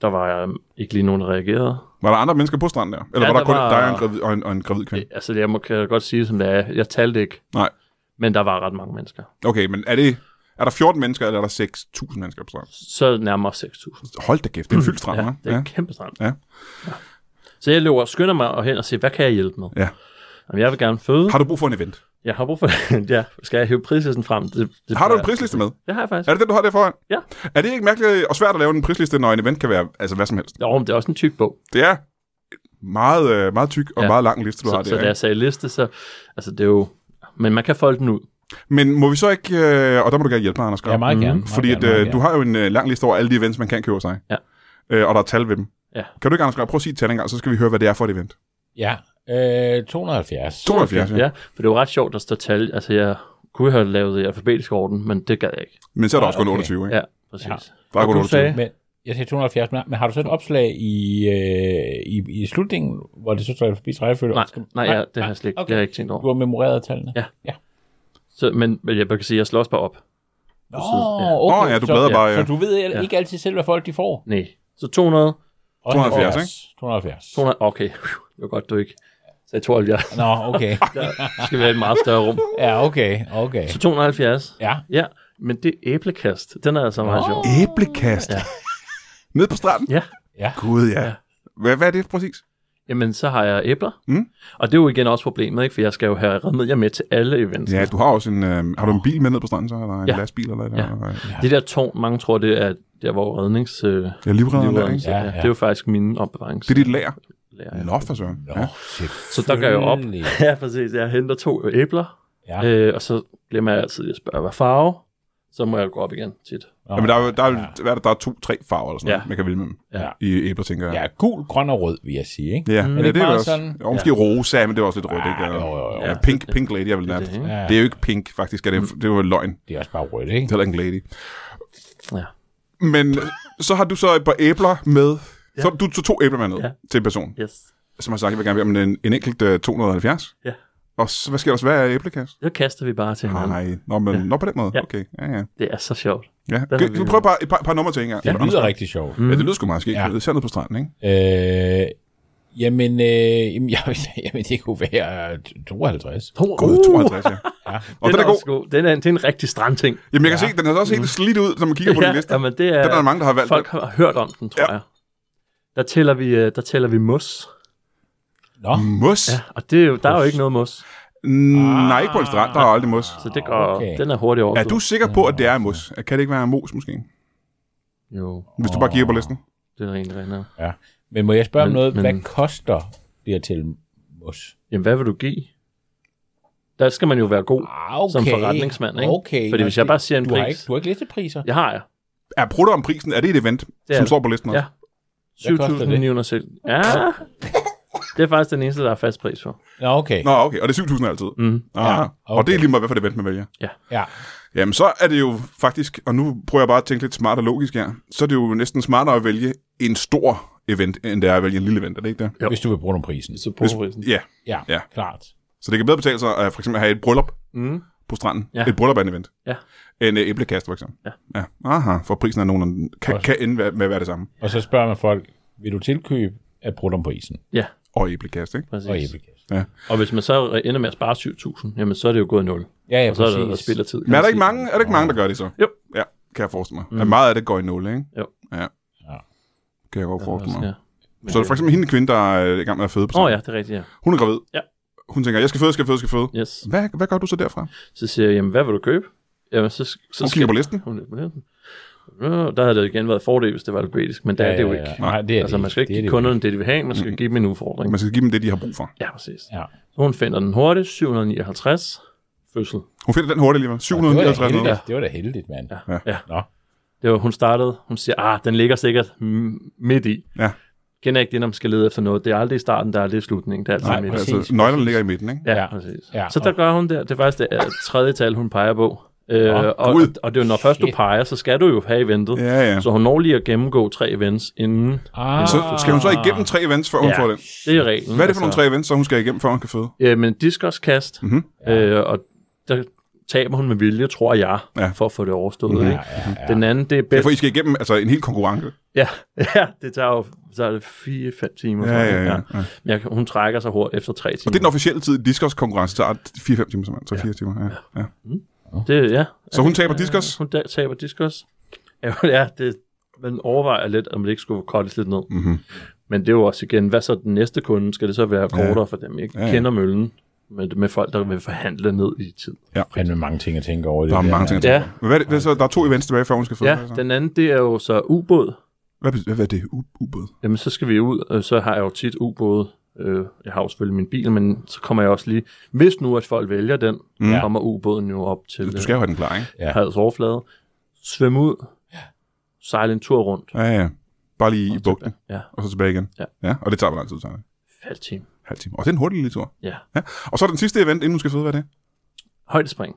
Speaker 3: Der var øhm, ikke lige nogen, der reagerede.
Speaker 1: Var der andre mennesker på stranden der? Eller
Speaker 3: Ja,
Speaker 1: var der, kun
Speaker 3: der var-
Speaker 1: dig og en gravid, og en, og en gravid kvinde?
Speaker 3: Det, altså, jeg må, kan godt sige, som det er. Jeg talte ikke,
Speaker 1: Nej.
Speaker 3: men der var ret mange mennesker.
Speaker 1: Okay, men er det... Er der 14 mennesker, eller er der 6.000 mennesker på stranden?
Speaker 3: Så nærmere 6.000.
Speaker 1: Hold da kæft, det er en fyldt strand,
Speaker 3: Ja,
Speaker 1: hva'?
Speaker 3: det er ja. en kæmpe strand.
Speaker 1: Ja.
Speaker 3: Så jeg løber og skynder mig og hen og siger, hvad kan jeg hjælpe med?
Speaker 1: Ja.
Speaker 3: Jamen, jeg vil gerne føde.
Speaker 1: Har du brug for en event?
Speaker 3: Jeg har brug for Ja, skal jeg hæve prislisten frem? Det, det
Speaker 1: Har du en prisliste med?
Speaker 3: Det har jeg faktisk.
Speaker 1: Er det den, du har der foran?
Speaker 3: Ja.
Speaker 1: Er det ikke mærkeligt og svært at lave en prisliste, når en event kan være altså hvad som helst?
Speaker 3: Jo, men det er også en tyk bog.
Speaker 1: Det er meget, øh, meget tyk og ja.
Speaker 3: Ja.
Speaker 1: meget lang liste, du har
Speaker 3: Så,
Speaker 1: der.
Speaker 3: så da
Speaker 1: ikke?
Speaker 3: jeg sagde liste, så... Altså, det er jo... Men man kan folde den ud.
Speaker 1: Men må vi så ikke, øh, og der må du gerne hjælpe mig, Anders Grav.
Speaker 2: Ja, meget
Speaker 3: Mhm.
Speaker 2: gerne. Meget
Speaker 1: Fordi
Speaker 2: gerne,
Speaker 1: at,
Speaker 2: meget
Speaker 1: øh,
Speaker 2: gerne.
Speaker 1: du har jo en øh, lang liste over alle de events, man kan købe sig.
Speaker 3: Ja.
Speaker 1: Øh, og der er tal ved dem.
Speaker 3: Ja.
Speaker 1: Kan du ikke, Anders Grav, prøve at sige tal engang, så skal vi høre, hvad det er for et event.
Speaker 2: Ja, øh, 270.
Speaker 1: 72, ja.
Speaker 3: Ja, for det var ret sjovt, der står tal. Altså, jeg kunne have lavet det i alfabetisk orden, men det gad jeg ikke.
Speaker 1: Men så er der
Speaker 2: Ah,
Speaker 1: også kun
Speaker 2: okay.
Speaker 1: 28, ikke?
Speaker 3: Ja, præcis.
Speaker 1: Der er
Speaker 3: Og
Speaker 1: kun
Speaker 3: du
Speaker 1: 28.
Speaker 3: sagde-
Speaker 2: Men jeg sagde 270, men- men har du så et opslag i, øh, i, i slutningen, hvor det så står forbi rækkefølge?
Speaker 3: Nej,
Speaker 2: Skal-
Speaker 3: nej, ja, det har jeg slet ikke,
Speaker 2: okay.
Speaker 3: det har jeg ikke tænkt
Speaker 2: Du
Speaker 3: over.
Speaker 2: har memoreret tallene?
Speaker 3: Ja. Så, men, men jeg kan sige, at jeg slår også bare op.
Speaker 2: Nå,
Speaker 3: Præcis, ja.
Speaker 2: okay.
Speaker 1: Nå, ja, du
Speaker 2: så,
Speaker 1: bladrer bare, ja.
Speaker 2: Så du ved
Speaker 3: Ja.
Speaker 2: ikke altid selv, hvad folk de får.
Speaker 3: Nej. Så 200.
Speaker 2: Og
Speaker 1: 270,
Speaker 2: 270.
Speaker 3: 200 okay, det var godt, du ikke sagde 72.
Speaker 2: Nå, okay.
Speaker 3: Der skal være et meget større rum.
Speaker 2: Ja, okay, okay.
Speaker 3: Så 270.
Speaker 2: Ja.
Speaker 3: Ja, men det æblekast, den er altså meget sjov.
Speaker 1: Æblekast. Ja. Nede på stranden?
Speaker 3: Ja,
Speaker 1: Gud, ja. Hvad, hvad er det præcis?
Speaker 3: jamen så har jeg æbler.
Speaker 1: Mm.
Speaker 3: Og det er jo igen også problemet, ikke? for jeg skal jo have remedier med til alle events.
Speaker 1: Ja, du har også en... Øh, har du en bil med ned på stranden, så? Eller en
Speaker 3: Ja.
Speaker 1: lastbil? Eller, eller,
Speaker 3: Ja.
Speaker 1: eller,
Speaker 3: Det der tårn, mange tror, det er der, hvor rednings... Øh,
Speaker 1: ja, livredderen der,
Speaker 3: livredderne
Speaker 1: ikke?
Speaker 3: sidder.
Speaker 2: Ja, ja.
Speaker 3: Det er jo faktisk min opbevaring.
Speaker 1: Det er dit lager.
Speaker 3: Ja.
Speaker 1: Nå, for søren.
Speaker 2: Nå,
Speaker 1: Ja.
Speaker 3: Så der går jeg op.
Speaker 2: selvfølgelig.
Speaker 3: ja, præcis. Jeg henter to æbler,
Speaker 2: Ja.
Speaker 3: øh, og så glemmer jeg altid at spørge, hvad farve. Så må jeg gå op igen tit.
Speaker 2: Nå,
Speaker 1: Jamen, der er, jo- der, er, jo-
Speaker 2: ja.
Speaker 1: hvad er det, der er to-tre farver, eller sådan
Speaker 3: Ja.
Speaker 1: noget, man kan vælge mellem
Speaker 2: Ja.
Speaker 1: i æbler, tænker jeg.
Speaker 2: Ja, gul, grøn og rød, vil jeg sige, ikke?
Speaker 1: Ja, ja
Speaker 2: det
Speaker 1: det,
Speaker 2: ikke
Speaker 1: er
Speaker 2: meget
Speaker 1: også.
Speaker 2: sådan?
Speaker 1: Og måske rosa, men det er også lidt rødt,
Speaker 2: Ah,
Speaker 1: ikke? Eller,
Speaker 2: jo, jo, jo.
Speaker 1: Ja, pink, pink lady, jeg vil nærmest.
Speaker 3: Det, ikke?
Speaker 2: Ja.
Speaker 1: Det er jo ikke pink, faktisk. Er det, det er jo løgn. Det
Speaker 2: Det er også bare rødt,
Speaker 1: er
Speaker 2: ikke?
Speaker 1: heller ikke en lady.
Speaker 3: Ja.
Speaker 1: Men øh, så har du så et par æbler med. Så du tog to æbler med ned
Speaker 3: Ja.
Speaker 1: til en person,
Speaker 3: Yes.
Speaker 1: som har sagt, jeg vil gerne bede om en, en enkelt uh, 270.
Speaker 3: Ja.
Speaker 1: Og så, hvad sker der så? Hvad er æblekasse?
Speaker 3: Så kaster vi bare til hinanden.
Speaker 1: Ah, Nej, nå, men, nå på den måde.
Speaker 3: Ja.
Speaker 1: Okay, ja, ja.
Speaker 3: Det er så sjovt.
Speaker 1: ja.
Speaker 3: har
Speaker 1: Kan,
Speaker 3: vi-
Speaker 1: du prøver bare et par, par numre til en gang.
Speaker 2: Det
Speaker 1: Anders?
Speaker 2: lyder rigtig sjovt.
Speaker 1: Ja, det lyder sgu meget skægt.
Speaker 2: Ja.
Speaker 1: Ja. Især nede på stranden, ikke?
Speaker 2: Øh, jamen, øh, jamen, jeg, jamen, det kunne være 52.
Speaker 3: Uh.
Speaker 1: God, 52, ja.
Speaker 2: Ja.
Speaker 1: Og den er god.
Speaker 3: også god. Den er, det er en rigtig strandting.
Speaker 1: Jamen, jeg kan se, den er også helt slidt ud, når man kigger på din liste.
Speaker 3: jamen, det er,
Speaker 1: Den er der mange, der har valgt.
Speaker 3: Mm. Folk har hørt om den, tror
Speaker 1: Ja.
Speaker 3: ja. jeg. Der tæller, vi, øh, der tæller vi mos.
Speaker 2: Nå,
Speaker 1: Mos?
Speaker 3: Ja, og det er jo, der er jo ikke noget mos.
Speaker 1: Nej, ikke på en strand. Der er aldrig mos.
Speaker 3: Så det går,
Speaker 2: Okay.
Speaker 3: okay. den er hurtigt over.
Speaker 1: Er du sikker på, at det er mos? Kan det ikke være mos, måske?
Speaker 3: Jo,
Speaker 1: Hvis du bare kigger på listen.
Speaker 3: det er rent rent.
Speaker 2: ja. Men må jeg spørge om
Speaker 3: Men-
Speaker 2: noget?
Speaker 3: men-
Speaker 2: Hvad koster det her til mos?
Speaker 3: Jamen, hvad vil du give? Der skal man jo være god.
Speaker 2: Ah, okay.
Speaker 3: som forretningsmand, ikke?
Speaker 2: Okay.
Speaker 3: Fordi
Speaker 2: Nå,
Speaker 3: hvis jeg
Speaker 2: det-
Speaker 3: bare siger en
Speaker 2: du Har
Speaker 3: pris-
Speaker 2: ikke, du har ikke listepriser?
Speaker 3: Jeg har jeg.
Speaker 1: Er prutter om prisen, er det et event, det
Speaker 3: er
Speaker 1: som
Speaker 3: det.
Speaker 1: står på listen også?
Speaker 3: Ja.
Speaker 1: Ja.
Speaker 2: Hvad koster det?
Speaker 3: 7.900 Ja. Det er faktisk den eneste, der er fast pris for.
Speaker 2: Nå, okay.
Speaker 1: Nå, okay, og det er 7.000 altid.
Speaker 3: Mm.
Speaker 1: Ah, ja,
Speaker 2: Ja,
Speaker 1: okay.
Speaker 2: okay.
Speaker 1: Og det er lige meget, hvad for et event man vælger.
Speaker 2: Ja.
Speaker 1: Jamen, så er det jo faktisk, og nu prøver jeg bare at tænke lidt smart og logisk her, så er det jo næsten smartere at vælge en stor event, end det er at vælge en lille event, er det ikke det?
Speaker 3: Jo.
Speaker 2: Hvis du vil bruge nogle prisen.
Speaker 3: Så brugerprisen.
Speaker 1: Ja,
Speaker 2: Ja,
Speaker 1: Ja.
Speaker 2: ja. klart.
Speaker 1: så det kan bedre betale sig at for eksempel have et bryllup
Speaker 3: Mm.
Speaker 1: på stranden. Ja.
Speaker 3: Ja.
Speaker 1: Et bryllup er en event.
Speaker 3: Ja.
Speaker 1: En øh, æblekast, for eksempel.
Speaker 3: Ja.
Speaker 1: ja. Aha, for prisen er nogen, kan,
Speaker 2: Også.
Speaker 1: kan ende med- med at være det samme.
Speaker 2: Og så spørger man folk, vil du tilkøbe at bruge dem på isen?
Speaker 3: Ja,
Speaker 1: Og æblekast, ikke?
Speaker 3: præcis.
Speaker 2: Og æblekasse.
Speaker 3: Og hvis man så ender med at spare 7.000, jamen så er det jo gået 0.
Speaker 2: Ja, ja,
Speaker 3: og så er
Speaker 2: præcis.
Speaker 3: det der spiller tid.
Speaker 1: Men er der ikke mange, er der ikke mange der gør det så?
Speaker 3: Jo.
Speaker 1: Ja, kan jeg forestille mig. Mm. At meget af det går i nul, ikke?
Speaker 3: Jo.
Speaker 1: Ja.
Speaker 2: Ja.
Speaker 1: Kan jeg godt forestille
Speaker 3: Ja.
Speaker 1: mig. Så er det for eksempel hende kvinde, der er i gang med at føde på
Speaker 3: Åh oh,
Speaker 1: sig.
Speaker 3: ja, det er rigtigt, ja.
Speaker 1: Hun er gravid.
Speaker 3: Ja.
Speaker 1: Hun tænker, jeg skal føde, jeg skal føde, jeg skal føde.
Speaker 3: Yes.
Speaker 1: Hvad, hvad gør du så derfra?
Speaker 3: Så siger jeg, jamen hvad vil du købe? Jamen så, så
Speaker 1: Hun kigger på listen.
Speaker 3: Hun kigger på listen. Nå, Der havde det jo igen været fordel, hvis det var alfabetisk, men der ja, er det jo ikke.
Speaker 2: Ja. Nej, det er
Speaker 3: Altså
Speaker 2: det
Speaker 3: man skal
Speaker 2: ikke.
Speaker 3: ikke
Speaker 2: det er
Speaker 3: give
Speaker 2: det
Speaker 3: kunderne det, de vil have, man skal give dem en udfordring.
Speaker 1: Man skal give dem det, de har brug for.
Speaker 3: Ja, præcis.
Speaker 2: Ja.
Speaker 3: Så hun finder den hurtigt, 759, fødsel.
Speaker 1: Hun finder den hurtigt alligevel.
Speaker 2: Og Det var, da
Speaker 1: 759 noget.
Speaker 2: heldigt, det var da heldigt, mand.
Speaker 1: Ja.
Speaker 2: Ja.
Speaker 3: Ja.
Speaker 2: Nå.
Speaker 3: Det var, hun startede, hun siger, ah, den ligger sikkert mm, midt i.
Speaker 1: Ja.
Speaker 3: Kender ikke det, når man skal lede efter noget. Det er aldrig i starten, der er aldrig i slutningen. Det er altid
Speaker 2: Nej,
Speaker 3: midt.
Speaker 2: præcis.
Speaker 1: Altså, nøglerne ligger i midten, ikke?
Speaker 3: Ja,
Speaker 2: Ja.
Speaker 3: ja, præcis.
Speaker 2: Ja,
Speaker 3: Ja, så der
Speaker 2: og-
Speaker 3: gør hun det. Det er faktisk det øh, tredje tal, hun peger på. Øh,
Speaker 2: Nå,
Speaker 3: og, og,
Speaker 1: Gud.
Speaker 3: og det er jo, når først du
Speaker 2: Shit.
Speaker 3: peger, så skal du jo have eventet.
Speaker 1: Ja, ja.
Speaker 3: Så hun når lige at gennemgå tre events inden.
Speaker 2: Ah,
Speaker 1: Så skal hun så igennem tre events, før hun
Speaker 3: Ja,
Speaker 1: får den.
Speaker 3: Det er reglen. altså.
Speaker 1: Hvad er det for nogle tre events, så hun skal igennem, før hun kan føde?
Speaker 3: tre? Øh, men diskoskast,
Speaker 1: Mhm.
Speaker 3: mm-hmm. øh, og der taber hun med vilje, tror jeg,
Speaker 1: Ja.
Speaker 3: ja. for at få det overstået.
Speaker 2: Ja,
Speaker 3: Mm-hmm.
Speaker 2: ja, ja.
Speaker 3: Den anden, det er
Speaker 1: Ja,
Speaker 3: bedst.
Speaker 1: for I skal igennem altså, en hel konkurrence.
Speaker 3: Ja, ja, det tager jo så er det fire, fem timer.
Speaker 1: Ja,
Speaker 3: tror jeg.
Speaker 1: ja, ja, ja.
Speaker 3: Men jeg, kan- hun trækker sig hurtigt efter tre timer.
Speaker 1: Og det er den officielle tid. Discos-konkurrence tager 4-5 timer, simpelthen. Så 4 timer, ja. ja.
Speaker 3: det, ja.
Speaker 1: Så hun taber discos?
Speaker 3: Hun da, taber diskos. Ja, ja det, man overvejer lidt, om det ikke skulle kortes lidt ned.
Speaker 1: Mhm.
Speaker 3: Men det er jo også igen, hvad så den næste kunde? Skal det så være kortere ja. for dem, ikke?
Speaker 1: Ja,
Speaker 3: Ja,
Speaker 1: ja.
Speaker 3: Kender møllen med, med folk, der vil forhandle ned i tid.
Speaker 2: Fandme mange ting at tænke over. i
Speaker 1: Der er
Speaker 2: det
Speaker 1: mange ting at
Speaker 3: Ja.
Speaker 1: tænke på. Men Hvad, er det- hvad så, der er to events tilbage, før hun skal få
Speaker 3: Ja,
Speaker 1: det, så?
Speaker 3: den anden, det er jo så ubåd.
Speaker 1: Hvad, bety- hvad, hvad er det? U- ubåd?
Speaker 3: Jamen, så skal vi ud, og så har jeg jo tit ubåde. Øh, Jeg har jo selvfølgelig min bil, men så kommer jeg også lige... Hvis nu, at folk vælger den,
Speaker 1: Mm.
Speaker 3: mm. kommer ubåden jo op til
Speaker 1: Du skal jo have den klar, ikke?
Speaker 3: øh, havets overflade. Svømme ud, sejle en tur rundt.
Speaker 1: Ja, ja. Bare lige i bugten,
Speaker 3: Ja,
Speaker 1: og så tilbage igen.
Speaker 3: Ja.
Speaker 1: ja og det tager hvor lang tid, tager det?
Speaker 3: halv time.
Speaker 1: Halv time. Og det er en hurtig lille tur.
Speaker 3: Ja.
Speaker 1: ja. Og så er den sidste event, inden hun skal føde, hvad er det?
Speaker 3: Højdespring.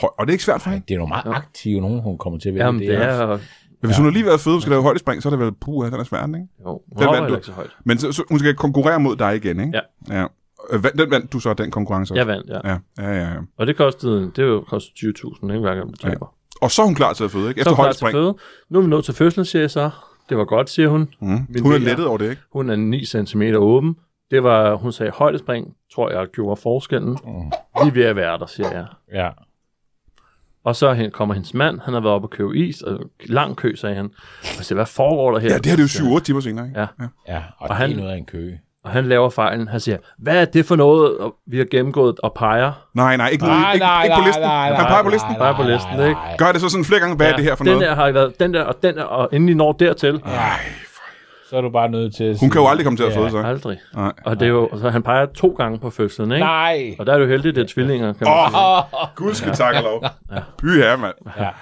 Speaker 1: Høj, og det er ikke svært for hende.
Speaker 2: Det er jo meget aktive, nogen hun kommer til at vælge.
Speaker 3: Jamen, det er... jo-
Speaker 1: Men hvis hun er lige ved at føde, hun skal lave højdespring, så er det vel, puh, ja, den er svært, ikke?
Speaker 3: Jo, hun
Speaker 1: vandt
Speaker 3: hopper heller
Speaker 1: du.
Speaker 3: ikke så højt.
Speaker 1: Men så, så, hun skal konkurrere mod dig igen, ikke? ja. Øh, vand- Den vandt du så, den konkurrence også?
Speaker 3: Jeg vandt, ja.
Speaker 1: Ja, ja, ja, ja.
Speaker 3: Og det kostede, det jo kostede 20.000, ikke hver gang du taber. Ja.
Speaker 1: Og så er hun klar til at føde, ikke?
Speaker 3: Så
Speaker 1: Efter
Speaker 3: er hun klar til
Speaker 1: højdespring.
Speaker 3: føde. Nu er vi nået til fødslen, siger jeg så. Det var godt, siger hun.
Speaker 1: Mm.
Speaker 3: Min
Speaker 1: Hun er
Speaker 3: del er-
Speaker 1: lettet over det, ikke?
Speaker 3: Hun er 9 cm åben. Det var, hun sagde, højdespring, tror jeg, gjorde forskellen.
Speaker 2: Mm.
Speaker 3: Vi er ved at være der, siger jeg.
Speaker 2: Ja.
Speaker 3: Og så hen- kommer hendes mand, han har været oppe og købe is, og lang kø, sagde han. Og jeg siger, hvad foregår der her?
Speaker 1: Ja, det her det er jo 7-8 timer senere, ikke?
Speaker 3: Ja.
Speaker 2: ja. Og,
Speaker 3: Og
Speaker 2: det
Speaker 3: han-
Speaker 2: er noget af en kø.
Speaker 3: Og han laver fejlen. Han siger, hvad er det for noget, og vi har gennemgået og peger?
Speaker 1: Nej, nej, ikke, nej, ikke, ikke på listen. Han peger på listen.
Speaker 3: Peger på listen, ikke?
Speaker 1: Gør det så sådan flere gange, hvad er det her for
Speaker 3: den
Speaker 1: noget?
Speaker 3: Der har været, den der og den der, og inden I når dertil. Ja.
Speaker 2: Så er du bare nødt til at
Speaker 1: Hun
Speaker 2: sige,
Speaker 1: kan jo aldrig komme til at føde sig.
Speaker 3: Aldrig.
Speaker 1: Nej.
Speaker 3: Og det er jo, så han peger to gange på fødslen, ikke?
Speaker 2: Nej!
Speaker 3: Og der er du heldig, det er tvillinger, kan man
Speaker 1: Åh.
Speaker 3: sige.
Speaker 1: Gud skal takke lov. By her, mand.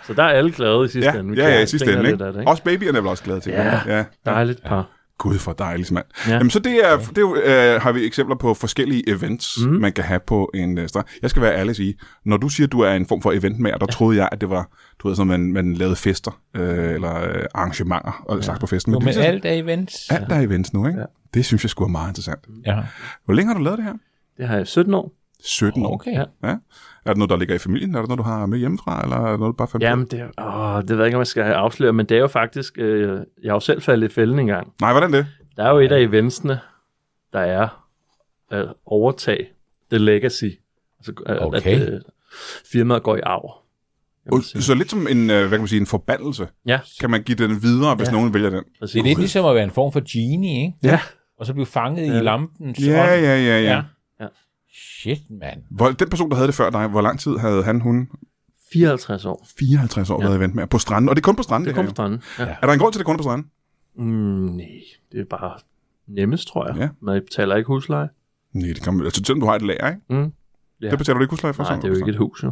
Speaker 3: Så der er alle glade i sidste
Speaker 1: Ja,
Speaker 3: ende. Vi
Speaker 1: ja,
Speaker 3: kan
Speaker 1: ja, i sidste
Speaker 3: grine
Speaker 1: ende,
Speaker 3: lidt af det,
Speaker 1: ikke? Også babyerne er vel også glade til.
Speaker 3: Ja.
Speaker 1: ja.
Speaker 3: Dejligt par.
Speaker 1: Gud for dejligt, mand. Ja.
Speaker 3: Ja.
Speaker 1: Jamen, så det, er, det er, jo, øh, har vi eksempler på forskellige events, mm. man kan have på en øh, strand. Jeg skal være ærlig og sige, når du siger, at du er en form for eventmager, der troede jeg, at det var, du ved, sådan, man, man lavede fester, øh, eller øh, arrangementer, og ja. slags på festen.
Speaker 2: Jo,
Speaker 1: Men,
Speaker 2: men
Speaker 1: det, er
Speaker 2: alt er events.
Speaker 1: alt der er events nu, ikke? Ja. Det synes jeg skulle er meget interessant.
Speaker 2: Ja.
Speaker 1: Hvor længe har du lavet det her?
Speaker 3: Det har jeg i 17 år.
Speaker 1: 17 år.
Speaker 2: Okay.
Speaker 3: Ja.
Speaker 1: Ja. Er det noget, der ligger i familien? Er det noget, du har med hjemmefra, eller er det noget, du bare fandt på?
Speaker 3: Jamen, det, er- åh, det ved jeg ikke, om jeg skal afsløre, men det er jo faktisk... Øh, jeg har jo selv faldet i fælden engang.
Speaker 1: Nej, hvordan det?
Speaker 3: Der er jo et af eventsene, der er at overtage The Legacy. Altså, øh,
Speaker 2: Okay.
Speaker 3: at øh, firmaet går i arv. kan man
Speaker 1: Uh,
Speaker 3: sige.
Speaker 1: Så lidt som en, øh, hvad kan man sige, en forbandelse.
Speaker 3: Ja,
Speaker 1: Kan man give den videre, hvis ja.
Speaker 3: Ja.
Speaker 1: nogen vælger den?
Speaker 2: Det er
Speaker 3: præcis.
Speaker 2: lidt ligesom at være en form for genie, ikke?
Speaker 3: Ja.
Speaker 2: Og så blive fanget i
Speaker 3: Ja.
Speaker 2: lampens
Speaker 1: Ja,
Speaker 2: ånd.
Speaker 1: ja, ja, ja.
Speaker 3: Ja.
Speaker 2: Shit, mand.
Speaker 1: Hvor, den person, der havde det før dig, hvor lang tid havde han, hun
Speaker 3: 54 år.
Speaker 1: 54 år ja.
Speaker 3: Ja.
Speaker 1: været event med? På stranden, og det er kun på stranden, det,
Speaker 3: Det kom
Speaker 1: her
Speaker 3: på
Speaker 1: jo.
Speaker 3: stranden. Ja.
Speaker 1: Er der en grund til, at det kun er på stranden?
Speaker 3: Mm, nej, det er bare nemmest, tror jeg.
Speaker 1: Ja.
Speaker 3: Man betaler ikke husleje.
Speaker 1: Nej, det kommer... Altså, selvom du har et lager, ikke?
Speaker 3: Mm.
Speaker 1: Ja.
Speaker 3: Ja.
Speaker 1: Det betaler du ikke husleje for?
Speaker 3: Nej,
Speaker 1: sådan
Speaker 3: det er jo
Speaker 1: noget
Speaker 3: ikke et hus, jo.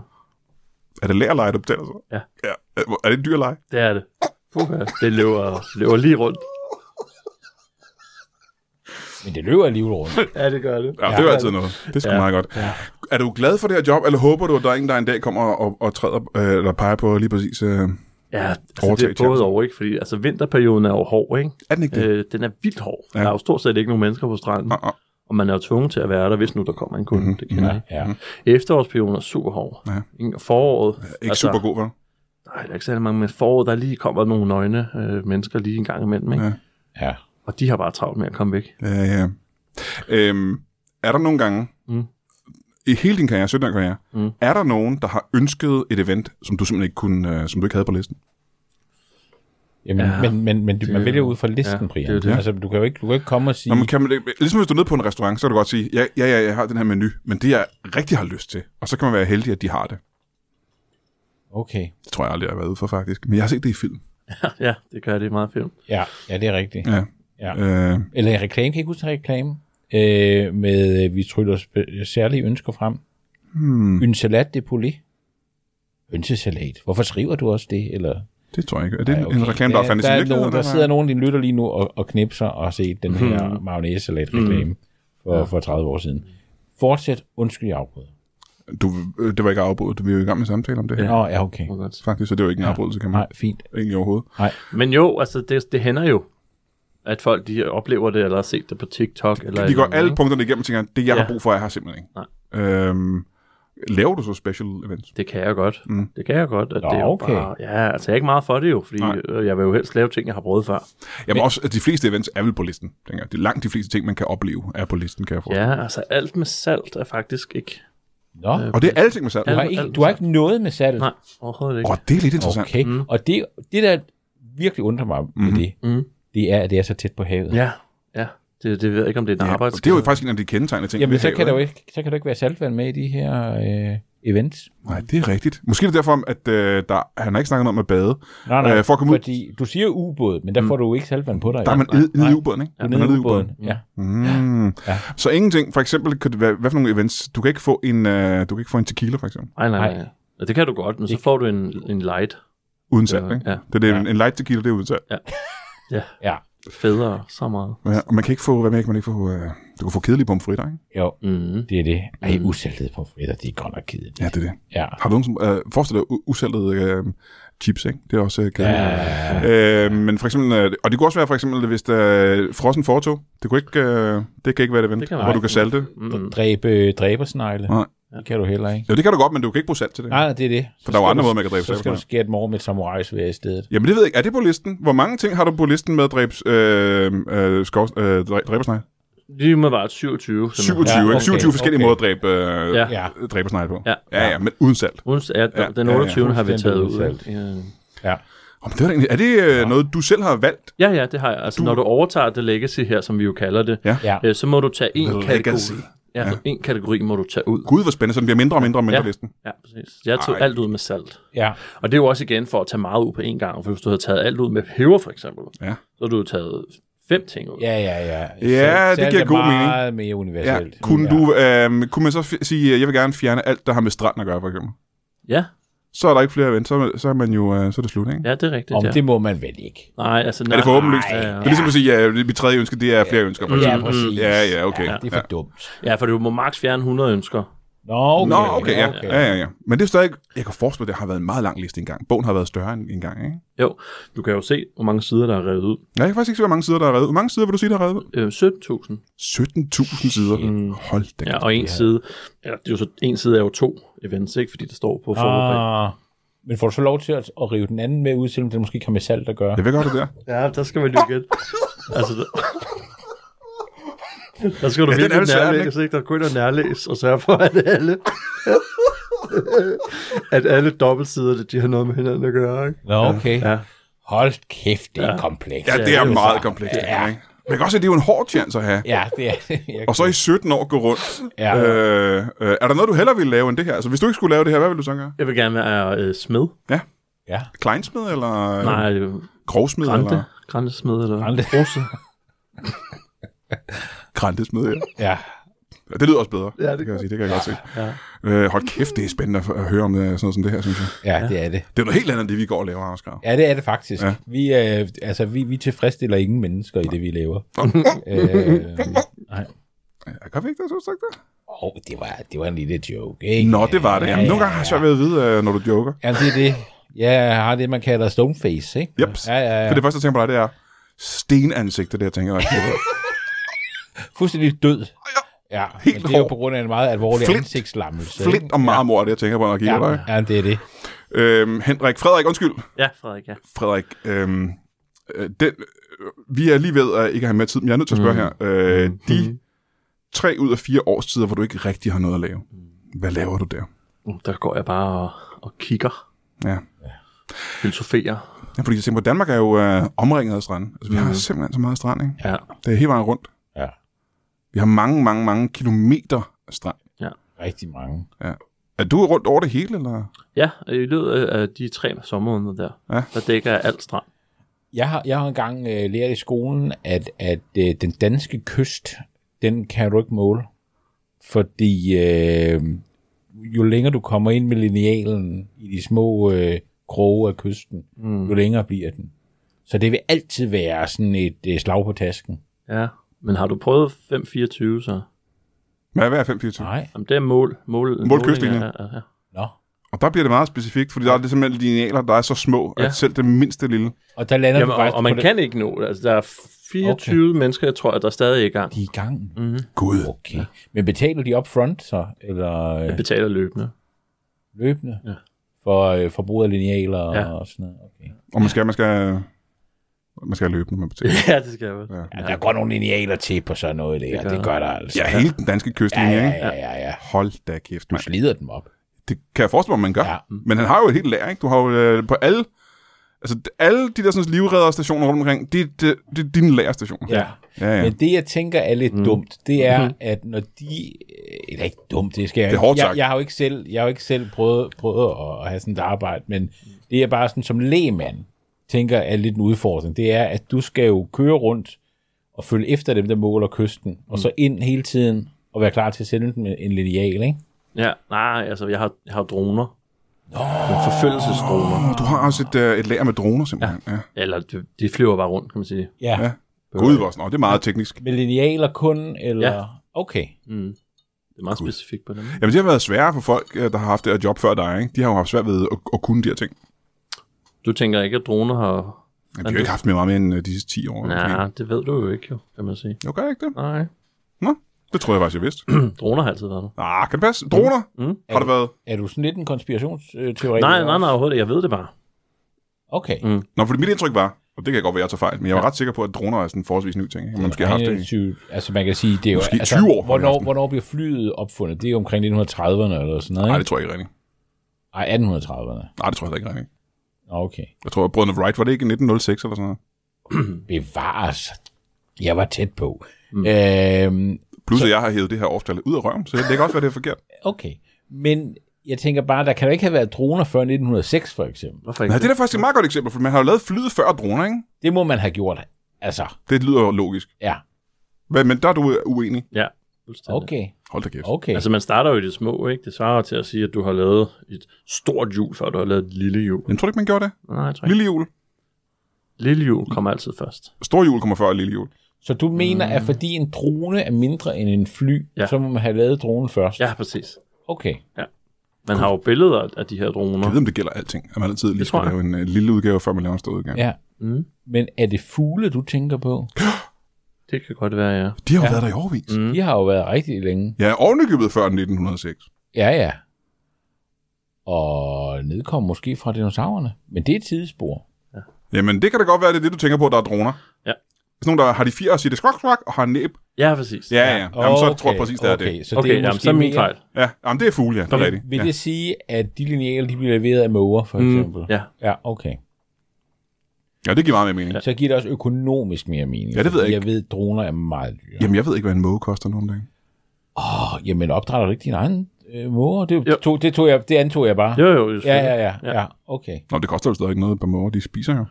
Speaker 1: forstand. Er det lagerleje, du betaler så?
Speaker 3: Ja.
Speaker 1: ja. Er, er det en dyr leje?
Speaker 3: Det er det. Puha, det løber, løber lige rundt.
Speaker 2: Men det løber alligevel rundt.
Speaker 3: Ja, det gør det.
Speaker 1: Ja, ja, det er jo altid noget. Det er sgu ja.
Speaker 3: Ja.
Speaker 1: meget godt. Ja. Er du glad for det her job, eller håber du, at der er ingen, der en dag kommer og, og træder, øh, eller peger på lige præcis... Øh,
Speaker 3: Ja, altså,
Speaker 1: Overtage
Speaker 3: det er både over, ikke? Fordi altså, vinterperioden er jo hård, ikke?
Speaker 1: er den ikke det?
Speaker 3: Øh, den er vildt hård.
Speaker 1: Ja.
Speaker 3: Ja. Der er jo stort set ikke nogen mennesker på stranden,
Speaker 1: Åh, åh.
Speaker 3: og man er jo tvunget til at være der, hvis nu der kommer en kunde.
Speaker 1: Mhm,
Speaker 3: Mm-hmm. Det kender
Speaker 2: Ja.
Speaker 3: jeg. Efterårsperioden er super hård.
Speaker 1: Ja.
Speaker 3: Ikke? Og Foråret,
Speaker 1: Ikke altså, super god, vel?
Speaker 3: nej, der er ikke særlig mange, men foråret, der lige kommer nogle nøgne øh, mennesker lige en gang imellem, ikke?
Speaker 1: Ja.
Speaker 3: Ja.
Speaker 2: ja.
Speaker 3: Og de har bare travlt med at komme væk.
Speaker 1: Ja, ja. Øhm, er der nogle gange, mm.
Speaker 3: Mm.
Speaker 1: i hele din karriere, 17 karriere, mm.
Speaker 3: Mm.
Speaker 1: er der nogen, der har ønsket et event, som du simpelthen ikke kunne, øh, som du ikke havde på listen?
Speaker 2: Jamen, ja,
Speaker 3: Ja,
Speaker 2: men, men, men det, man
Speaker 3: det-
Speaker 2: vælger ud fra listen, ja,
Speaker 3: ja,
Speaker 2: Brian.
Speaker 3: det er det.
Speaker 2: Altså, du kan jo ikke, du kan ikke komme og sige...
Speaker 1: Nå, men kan man, det- ligesom hvis du er nede på en restaurant, så kan du godt sige, ja, ja, ja, jeg har den her menu, men det jeg rigtig har lyst til, og så kan man være heldig, at de har det.
Speaker 2: Okay.
Speaker 1: Det tror jeg aldrig, jeg har været ude for, faktisk. Men jeg har set det i film.
Speaker 3: ja, det gør det i meget film.
Speaker 2: Ja, ja, det er rigtigt.
Speaker 1: Ja.
Speaker 2: Ja.
Speaker 1: Øh,
Speaker 2: Eller i reklame, kan I ikke huske en reklame? Øh, med, øh, vi tryller sp- særlige ønsker frem. Hmm. En salat de poulet. Ønsesalat. Hvorfor skriver du også det? Eller,
Speaker 1: det tror jeg ikke. Er det
Speaker 2: Ej,
Speaker 1: en, en reklame, der,
Speaker 2: der
Speaker 1: er fandt i
Speaker 2: der,
Speaker 1: sin
Speaker 2: er
Speaker 1: virkelighed,
Speaker 2: nogen, der
Speaker 1: eller hvad? Hmm.
Speaker 2: sidder nogen, der lytter lige nu og, og knipser og ser den her mm. mayonnaise-salat-reklame for, for 30 år siden. Fortsæt. Undskyld, jeg afbryder.
Speaker 1: Du, øh, det var ikke afbrudt. Vi er jo i gang med samtale om det her.
Speaker 2: Åh,
Speaker 1: Ja.
Speaker 2: oh, ja, okay.
Speaker 3: Må jeg godt sige.
Speaker 1: Faktisk, så det var ikke en afbrydelse, kan man
Speaker 2: Nej, fint.
Speaker 1: egentlig overhovedet.
Speaker 3: Men jo, altså, det, det hænder jo, at folk de oplever det, eller har set det på TikTok. Eller et
Speaker 1: De
Speaker 3: eller
Speaker 1: går
Speaker 3: andet,
Speaker 1: alle
Speaker 3: ikke?
Speaker 1: punkterne igennem og tænker, det jeg ja. har
Speaker 3: Ja.
Speaker 1: brug for, jeg har simpelthen ikke. Øhm, laver du så special events?
Speaker 3: Det kan jeg godt.
Speaker 1: Mm.
Speaker 3: Mm. Det kan jeg godt. At
Speaker 2: Nå,
Speaker 3: Nå, det er jo
Speaker 2: okay.
Speaker 3: okay. bare, ja, altså jeg er ikke meget for det jo, fordi
Speaker 1: Nej.
Speaker 3: øh, jeg vil jo helst lave ting, jeg har prøvet før.
Speaker 1: Jamen også, at de fleste events er vel på listen, tænker jeg. Det er langt de fleste ting, man kan opleve, er på listen, kan jeg få.
Speaker 3: Ja, altså alt med salt er faktisk ikke...
Speaker 2: Nå,
Speaker 3: Øh,
Speaker 1: Og det er alle ting med salg.
Speaker 2: du, har
Speaker 3: alt-
Speaker 2: ikke,
Speaker 3: alt-
Speaker 2: du har ikke noget med salg.
Speaker 3: Nej, overhovedet ikke.
Speaker 1: Åh, det er lidt interessant. Mm-hmm.
Speaker 2: Okay, mm. og det, det der virkelig undrer mig mm. ved det,
Speaker 3: Mm.
Speaker 2: det er, at det er så tæt på havet.
Speaker 3: Ja, ja. Det, det ved jeg ikke, om det er en ja,
Speaker 1: og det er jo faktisk en af de kendetegnende ting.
Speaker 2: Jamen,
Speaker 1: ved
Speaker 2: så
Speaker 1: havet,
Speaker 2: kan, der jo
Speaker 1: ikke?
Speaker 2: ikke, så kan der ikke være saltvand med i de her øh, events.
Speaker 1: Nej, det er rigtigt. Måske er det derfor, at øh, der, han har ikke snakket om at bade.
Speaker 2: Nej,
Speaker 1: Øh, for at komme ud-
Speaker 2: fordi du siger ubåd, men der får du jo ikke saltvand på dig.
Speaker 1: Der er
Speaker 2: ja.
Speaker 1: man
Speaker 2: Nej,
Speaker 1: nede- nede i
Speaker 2: nej.
Speaker 1: ubåden, ikke?
Speaker 2: Du
Speaker 1: Man
Speaker 2: er
Speaker 1: er nede i
Speaker 2: ubåden. Ja.
Speaker 1: Mm. Ja.
Speaker 2: Ja.
Speaker 1: Så ingenting. For eksempel, kan det være, hvad for nogle events? Du kan ikke få en, øh, du kan ikke få en tequila, for eksempel.
Speaker 3: Nej, nej, nej.
Speaker 2: Nej.
Speaker 3: nej. Ja, det kan du godt, men så får du en, en light.
Speaker 1: Uden salt,
Speaker 3: Ja,
Speaker 1: ikke?
Speaker 3: ja.
Speaker 1: Det er det,
Speaker 2: Ja.
Speaker 1: en, en light tequila, det er uden salt.
Speaker 2: ja.
Speaker 3: Federe, så meget.
Speaker 1: Ja, og man kan ikke få, hvad man kan man ikke få, øh, du kan få kedelige pomfritter, ikke?
Speaker 2: Jo,
Speaker 3: Mm.
Speaker 2: det er det. Ej, usaltede pomfritter, de er godt nok kedelige.
Speaker 1: Ja, det er det.
Speaker 2: Ja.
Speaker 1: Har du nogen, som, øh, forestil dig u- usaltede øh, chips, ikke? Det er også øh, kedeligt.
Speaker 2: Ja.
Speaker 1: Øh, men for eksempel, øh, og det kunne også være for eksempel, hvis der er frossen fortog. Det, kunne ikke, øh, det kan ikke være et event,
Speaker 3: Det kan
Speaker 1: hvor
Speaker 3: være.
Speaker 1: du kan salte.
Speaker 3: Mm.
Speaker 2: Dræbe, dræbersnegle.
Speaker 1: Nej.
Speaker 2: Det kan du heller ikke.
Speaker 1: Jo, det kan du godt, men du kan ikke bruge salt til det.
Speaker 2: Nej, nej, det er det. Så
Speaker 1: For der er jo
Speaker 2: skal
Speaker 1: andre
Speaker 2: du-
Speaker 1: måder, man kan dræbe
Speaker 2: Så skal du
Speaker 1: saltvand.
Speaker 2: skære et mor med samurais ved i stedet.
Speaker 1: Jamen det ved jeg ikke. Er det på listen? Hvor mange ting har du på listen med at dræbe øh, øh, skov, øh, dræ- dræbersnegle?
Speaker 3: Lige med bare 27. simpelthen.
Speaker 1: 27, ja,
Speaker 2: Ja,
Speaker 1: okay,
Speaker 2: okay,
Speaker 1: 27 forskellige
Speaker 2: okay.
Speaker 1: måder at dræbe øh,
Speaker 3: Ja.
Speaker 1: ja. dræbersnegle på.
Speaker 3: Ja.
Speaker 1: ja, ja, men uden salt.
Speaker 3: Uden, ja,
Speaker 1: Ja,
Speaker 3: den
Speaker 1: ja, ja.
Speaker 3: 28. har vi
Speaker 2: Fuldstændig
Speaker 3: taget ud.
Speaker 2: udtalt.
Speaker 3: ikke?
Speaker 2: Ja.
Speaker 1: Oh, men det var da egentlig, er det øh, noget, du selv har valgt?
Speaker 3: Ja, ja, det har jeg. Altså,
Speaker 1: Du-
Speaker 3: du... når du overtager det legacy her, som vi jo kalder det,
Speaker 1: Ja.
Speaker 2: Ja.
Speaker 3: øh, så må du tage en
Speaker 1: Legacy.
Speaker 3: kategori. Ja, ja. en kategori må du tage ud.
Speaker 1: Gud, hvor spændende, så den bliver mindre og mindre og mindre ja.
Speaker 3: Ja.
Speaker 1: listen.
Speaker 3: Ja, præcis. Jeg tog
Speaker 1: Ej.
Speaker 3: Ej. alt ud med salt.
Speaker 2: Ja.
Speaker 3: Og det er jo også igen for at tage meget ud på en gang. For hvis du havde taget alt ud med peber, for eksempel,
Speaker 1: Ja.
Speaker 3: så havde du jo taget fem ting ud.
Speaker 2: Ja, ja, ja.
Speaker 1: Ja, det
Speaker 2: salt
Speaker 1: giver
Speaker 2: er
Speaker 1: god mening.
Speaker 2: meget mere
Speaker 1: Ja,
Speaker 2: universelt.
Speaker 1: kunne, du, øh, kunne man så f- sige, at jeg vil gerne fjerne alt, der har med stranden at gøre, for eksempel?
Speaker 3: ja,
Speaker 1: Så er der ikke flere event, så, er- så er man jo øh, så er det slut, ikke? Ja.
Speaker 3: ja det er rigtigt.
Speaker 2: Om
Speaker 3: ja.
Speaker 2: det må man vel ikke.
Speaker 3: Nej, altså nej.
Speaker 1: Er det for åbenlyst?
Speaker 3: Ja,
Speaker 1: Det
Speaker 3: ja.
Speaker 1: er ligesom at sige, at ja, mit tredje ønske, det er flere ønsker, for
Speaker 2: Ja,
Speaker 1: eksempel.
Speaker 2: præcis.
Speaker 1: Ja, ja, okay.
Speaker 2: Ja, det er for dumt.
Speaker 3: ja, for du må maks fjerne 100 ønsker.
Speaker 2: Nå, okay.
Speaker 1: Nå, okay, ja. ja, ja, ja. Men det er stadig... Jeg kan forestille mig, at det har været en meget lang liste engang. Bogen har været større end engang, ikke?
Speaker 3: Jo, du kan jo se, hvor mange sider, der er revet ud.
Speaker 1: Jeg kan faktisk ikke se, hvor mange sider, der er reddet. Hvor mange sider vil du sige, der er reddet?
Speaker 3: Øh, 17.000.
Speaker 1: 17.000 sider. Hold da.
Speaker 3: Ja, og en side, eller det er jo så, en side er jo to events, ikke? Fordi det står på forberedt.
Speaker 2: Ah, men får du så lov til at, at rive den anden med ud, selvom den måske kan med salt at gøre?
Speaker 1: Jeg ved godt, det der.
Speaker 3: Ja, der skal man jo gætte. altså, der... der skal du
Speaker 1: Ja,
Speaker 3: ja,
Speaker 1: den er jo
Speaker 3: virkelig
Speaker 1: svær,
Speaker 3: nærlæse, ikke? Der går ind og nærlæse og sørge for, at alle... at alle dobbeltsider, de har noget med hinanden at gøre, ikke?
Speaker 2: Nå, okay.
Speaker 3: Ja.
Speaker 2: Hold kæft, det er komplekst.
Speaker 1: Ja, det er
Speaker 3: det er
Speaker 1: meget
Speaker 2: så-
Speaker 1: komplekst.
Speaker 2: det
Speaker 1: det
Speaker 2: er-
Speaker 1: her, ikke? Men jeg kan også se, at det er jo en hård chance at have.
Speaker 2: Ja, det er det.
Speaker 1: Og så i 17 år gå rundt.
Speaker 2: Ja.
Speaker 1: Øh, øh, er der noget, du hellere ville lave end det her? Altså, hvis du ikke skulle lave det her, hvad ville du så gøre?
Speaker 3: Jeg vil gerne være øh, smed.
Speaker 2: Ja.
Speaker 1: Kleinsmed eller øh,
Speaker 3: Nej, øh,
Speaker 1: krogsmed
Speaker 3: grante.
Speaker 1: eller
Speaker 3: Grantesmed eller...
Speaker 2: Grante.
Speaker 3: Rose.
Speaker 1: grantesmed? Ja.
Speaker 2: ja.
Speaker 1: Ja, Det lyder også bedre.
Speaker 3: Ja, det
Speaker 1: det kan jeg sige. Det kan jeg godt se.
Speaker 3: Ja.
Speaker 1: Øh, hold kæft, det er spændende at at høre om øh, sådan noget som det her, synes jeg.
Speaker 2: Ja, det er det.
Speaker 1: Det er noget helt andet, end det vi går og laver, Anders Grav.
Speaker 2: Ja, det er det faktisk.
Speaker 1: Ja.
Speaker 2: Ja. Vi, øh, altså, vi, vi tilfredsstiller ingen mennesker i det, vi laver. øh, nej.
Speaker 1: Ja, kan vi ikke det, så sagt det?
Speaker 2: Oh, det, var, det var en lille joke, ikke?
Speaker 1: Nå, det var det. Jamen, nogle gange har jeg svært ved at vide, øh, når du joker.
Speaker 2: Ja, det er det. Ja, jeg har det, man kalder stoneface, ikke?
Speaker 1: Yep.
Speaker 2: Ja, ja, ja.
Speaker 1: For det første, jeg tænker på dig, det er stenansigter, det jeg tænker rigtig på.
Speaker 2: Fuldstændig død. Ja,
Speaker 1: Helt
Speaker 2: men det er jo
Speaker 1: hård.
Speaker 2: på grund af en meget alvorlig
Speaker 1: Flint.
Speaker 2: ansigtslammelse. ikke?
Speaker 1: Flint og marmor, det jeg tænker på, når jeg kigger på dig.
Speaker 2: Ja, ja, det er det.
Speaker 1: Øhm, Henrik, Frederik, undskyld.
Speaker 3: Ja, Frederik, ja.
Speaker 1: Frederik, øhm, øh, den, øh, vi er lige ved at ikke have mere tid, men jeg er nødt til at spørge her.
Speaker 3: Mm.
Speaker 1: Øh, de tre ud af fire årstider, hvor du ikke rigtig har noget at lave, hvad laver du der?
Speaker 3: Mm, Der går jeg bare og, og kigger.
Speaker 1: Ja.
Speaker 3: Filosoferer.
Speaker 1: ja fordi jeg tænker på, Danmark er jo øh, omringet af strande. Altså, vi har simpelthen så meget strand, ikke?
Speaker 3: Mm. Ja.
Speaker 1: Det er hele vejen rundt.
Speaker 2: Ja,
Speaker 1: Vi har mange, mange, mange kilometer af strand.
Speaker 2: rigtig mange.
Speaker 1: Er du rundt over det hele, eller?
Speaker 3: Ja, og i løbet af- af de tre sommermåneder der,
Speaker 1: Ja.
Speaker 3: ja. der dækker jeg alt strand.
Speaker 2: Jeg har, jeg har engang øh, lært i skolen, at, at øh, den danske kyst, den kan du ikke måle. Fordi øh, jo længere du kommer ind med linealen i de små øh, kroge af kysten, mm. jo længere bliver den. Så det vil altid være sådan et øh, slag på tasken.
Speaker 3: Ja. Men har du prøvet 524 så?
Speaker 1: Hvad hvad er 5-24?
Speaker 2: Nej,
Speaker 3: Jamen, det er mål. mål
Speaker 1: Målkystlinjen.
Speaker 3: målinger, Ja, ja.
Speaker 2: nå.
Speaker 1: Og der bliver det meget specifikt, fordi der er det simpelthen linealer, der er så små, ja.
Speaker 3: Ja.
Speaker 1: at selv det mindste lille...
Speaker 2: Og der lander
Speaker 3: Jamen,
Speaker 2: du
Speaker 3: og,
Speaker 2: faktisk
Speaker 3: og man
Speaker 2: på
Speaker 3: kan ikke nå det. Altså, der er 24 okay. Mhm. mennesker, jeg tror, at der er stadig i gang.
Speaker 2: Det. De er i gang. Mm.
Speaker 1: Gud.
Speaker 2: Okay. Men betaler de up front så? Eller
Speaker 3: Jeg
Speaker 2: øh,
Speaker 3: betaler løbende.
Speaker 2: løbende?
Speaker 3: Ja.
Speaker 2: For, øh, for brug af linealer
Speaker 3: Ja.
Speaker 2: ja. og sådan noget? Okay.
Speaker 1: Og man skal, man skal, man skal løbe, når man betaler.
Speaker 3: ja, det skal jeg vel.
Speaker 2: Ja, der går nogle linealer til på sådan noget der. Det gør,
Speaker 3: gør
Speaker 2: det gør der altså.
Speaker 1: Ja, hele den danske
Speaker 2: ja,
Speaker 1: kystlinje,
Speaker 2: ja,
Speaker 1: ikke?
Speaker 2: ja, ja, ja.
Speaker 1: Hold da kæft,
Speaker 2: Du
Speaker 1: mand.
Speaker 2: slider dem op.
Speaker 1: Det kan jeg forestille mig, man gør. Ja.
Speaker 2: Ja.
Speaker 1: Men han har jo et helt lager, ikke? Du har jo øh, på alle... Altså, d- alle de der sådan, livredderstationer rundt omkring, det er det, det er dine lærerstationer.
Speaker 2: Ja.
Speaker 1: Ja, ja. Mhm.
Speaker 2: Men det, jeg tænker er lidt mm. dumt, det er, at når de... øh, Eller ikke dumt, det skal jeg
Speaker 1: Det er hårdt
Speaker 2: jeg,
Speaker 1: sagt.
Speaker 2: jeg, har jo ikke selv, jeg har jo ikke selv prøvet, prøvet at- at have sådan et arbejde, men det er bare sådan, som lægmand tænker er lidt en udfordring. Det er, at du skal jo køre rundt og følge efter dem, der måler kysten, og
Speaker 1: Mm.
Speaker 2: så ind hele tiden og være klar til at sende dem med en lineal, ikke?
Speaker 3: Ja, nej, altså, jeg har, jeg har droner. Oh. Forfølgelsesdroner.
Speaker 1: Du har også et, øh, et lager med droner, simpelthen. Ja.
Speaker 3: Eller de, de flyver bare rundt, kan man sige.
Speaker 2: Ja.
Speaker 1: ja. Gud, hvor sådan. Nå, det er meget teknisk.
Speaker 2: Med linealer kun, eller...
Speaker 3: Ja.
Speaker 2: Okay.
Speaker 3: Mm. Det er meget cool. specifikt på dem.
Speaker 1: Jamen, det har været sværere for folk, øh, der har haft det her job før dig. Ikke? De har jo haft svært ved at, at kunne de her ting.
Speaker 3: Du tænker ikke, at droner har...
Speaker 1: Jamen, de har jo ikke haft mere meget mere end øh, de sidste 10 år.
Speaker 3: Nej, det ved du jo ikke, jo, kan man sige.
Speaker 1: Jo, gør jeg ikke det?
Speaker 3: Nej,
Speaker 1: Nå, det tror jeg faktisk, jeg vidste.
Speaker 3: droner har altid været der.
Speaker 1: Ah, kan det passe? Droner? Mm. Har det været?
Speaker 2: Er du sådan lidt en konspirationsteori?
Speaker 3: Nej, nej, nej, overhovedet ikke. Jeg ved det bare.
Speaker 2: Okay.
Speaker 3: Mm.
Speaker 1: Nå, fordi mit indtryk var, og det kan godt være, jeg tager fejl, men jeg var ret sikker på, at droner er sådan en forholdsvis ny ting. ikke? Man måske har haft det. i-
Speaker 2: 21, altså man kan sige, det er jo...
Speaker 1: Måske
Speaker 2: altså,
Speaker 1: 20 år har vi haft
Speaker 2: Hvornår,
Speaker 1: den.
Speaker 2: hvornår bliver flyet opfundet? Det er jo omkring 1930'erne eller sådan noget,
Speaker 1: Nej,
Speaker 2: ikke?
Speaker 1: det tror jeg ikke rigtigt.
Speaker 2: Ej, 1830'erne.
Speaker 1: Nej, det tror jeg heller ikke rigtigt.
Speaker 2: Nå, Okay.
Speaker 1: Jeg tror, at Brødrene Wright, var det ikke i 1906 eller sådan noget?
Speaker 2: Bevares. Jeg var tæt på. Mm. Øhm,
Speaker 1: Plus, at jeg har hævet det her årstal ud af røven, så det kan også være, det er forkert.
Speaker 2: okay. Men jeg tænker bare, der kan jo ikke have været droner før 1906, for eksempel.
Speaker 3: Hvorfor
Speaker 1: Nej,
Speaker 3: ikke?
Speaker 1: det er da faktisk et meget godt eksempel, for man har jo lavet flyet før droner, ikke?
Speaker 2: Det må man have gjort. Altså,
Speaker 1: Det lyder jo logisk.
Speaker 2: ja.
Speaker 1: Men, men der er du øh, uenig.
Speaker 3: Ja, fuldstændig.
Speaker 2: Okay.
Speaker 1: Hold da kæft.
Speaker 2: Okay.
Speaker 3: Altså, man starter jo i det små, ikke? Det svarer til at sige, at du har lavet et stort hjul, før du har lavet et lille hjul.
Speaker 1: Jamen, tror du ikke, man gjorde det?
Speaker 3: Nej, jeg tror ikke.
Speaker 1: Lille jul.
Speaker 3: Lille hjul kommer altid først.
Speaker 1: Stor jul kommer før lille jul.
Speaker 2: Så du mener, at fordi en drone er mindre end en fly,
Speaker 3: Ja.
Speaker 2: så må man have lavet dronen først?
Speaker 3: Ja, præcis.
Speaker 2: Okay.
Speaker 3: Man har jo billeder af de her
Speaker 1: Jeg
Speaker 3: droner.
Speaker 1: ved, om det gælder alting, at man altid lige
Speaker 3: Det
Speaker 1: skal
Speaker 3: tror jeg.
Speaker 1: lave en uh, lille udgave, før man laver en stor udgave.
Speaker 2: Ja.
Speaker 3: Mm.
Speaker 2: Men er det fugle, du tænker på?
Speaker 3: Det kan godt være, ja.
Speaker 1: De har jo ja. været der i årvis. Mm.
Speaker 2: De har jo været rigtig længe.
Speaker 1: Ja, ovenikøbet før 1906.
Speaker 2: Ja, ja. Og nedkom måske fra dinosaurerne. Men det er et tidsspor.
Speaker 1: Jamen, det kan da godt være, det er det, du tænker på, der er droner.
Speaker 3: Ja.
Speaker 1: Sådan nogle, der har de fire og siger det skrok, skrok, og har næb.
Speaker 3: Ja, præcis.
Speaker 1: Ja, ja. Jamen, så tror jeg præcis, det er
Speaker 2: okay,
Speaker 1: det.
Speaker 2: Så
Speaker 3: Okay,
Speaker 2: det
Speaker 3: det
Speaker 2: er
Speaker 3: er
Speaker 2: måske
Speaker 3: jamen, så er
Speaker 2: mere-
Speaker 3: min fejl.
Speaker 1: Ja, jamen, det er fugle, ja. Det er rigtigt.
Speaker 2: Vil
Speaker 1: Ja.
Speaker 2: det sige, at de linealer, de bliver leveret af måger, for eksempel?
Speaker 3: Mm, Ja,
Speaker 2: Ja, okay.
Speaker 1: ja, det giver meget mere mening.
Speaker 2: Så giver det også økonomisk mere mening.
Speaker 1: Ja, det ved jeg
Speaker 2: fordi
Speaker 1: ikke.
Speaker 2: Jeg ved, at droner er meget dyre.
Speaker 1: Jamen, jeg ved ikke, hvad en måge koster nogle dage.
Speaker 2: Åh, jamen opdrætter du ikke din egen øh, måger?
Speaker 3: Jo.
Speaker 2: Det, tog, det, tog jeg, det antog jeg bare.
Speaker 3: jo, jo. jo
Speaker 2: Ja, ja, ja, ja. Okay.
Speaker 1: Nå, det koster jo stadig noget per måge, de spiser jo.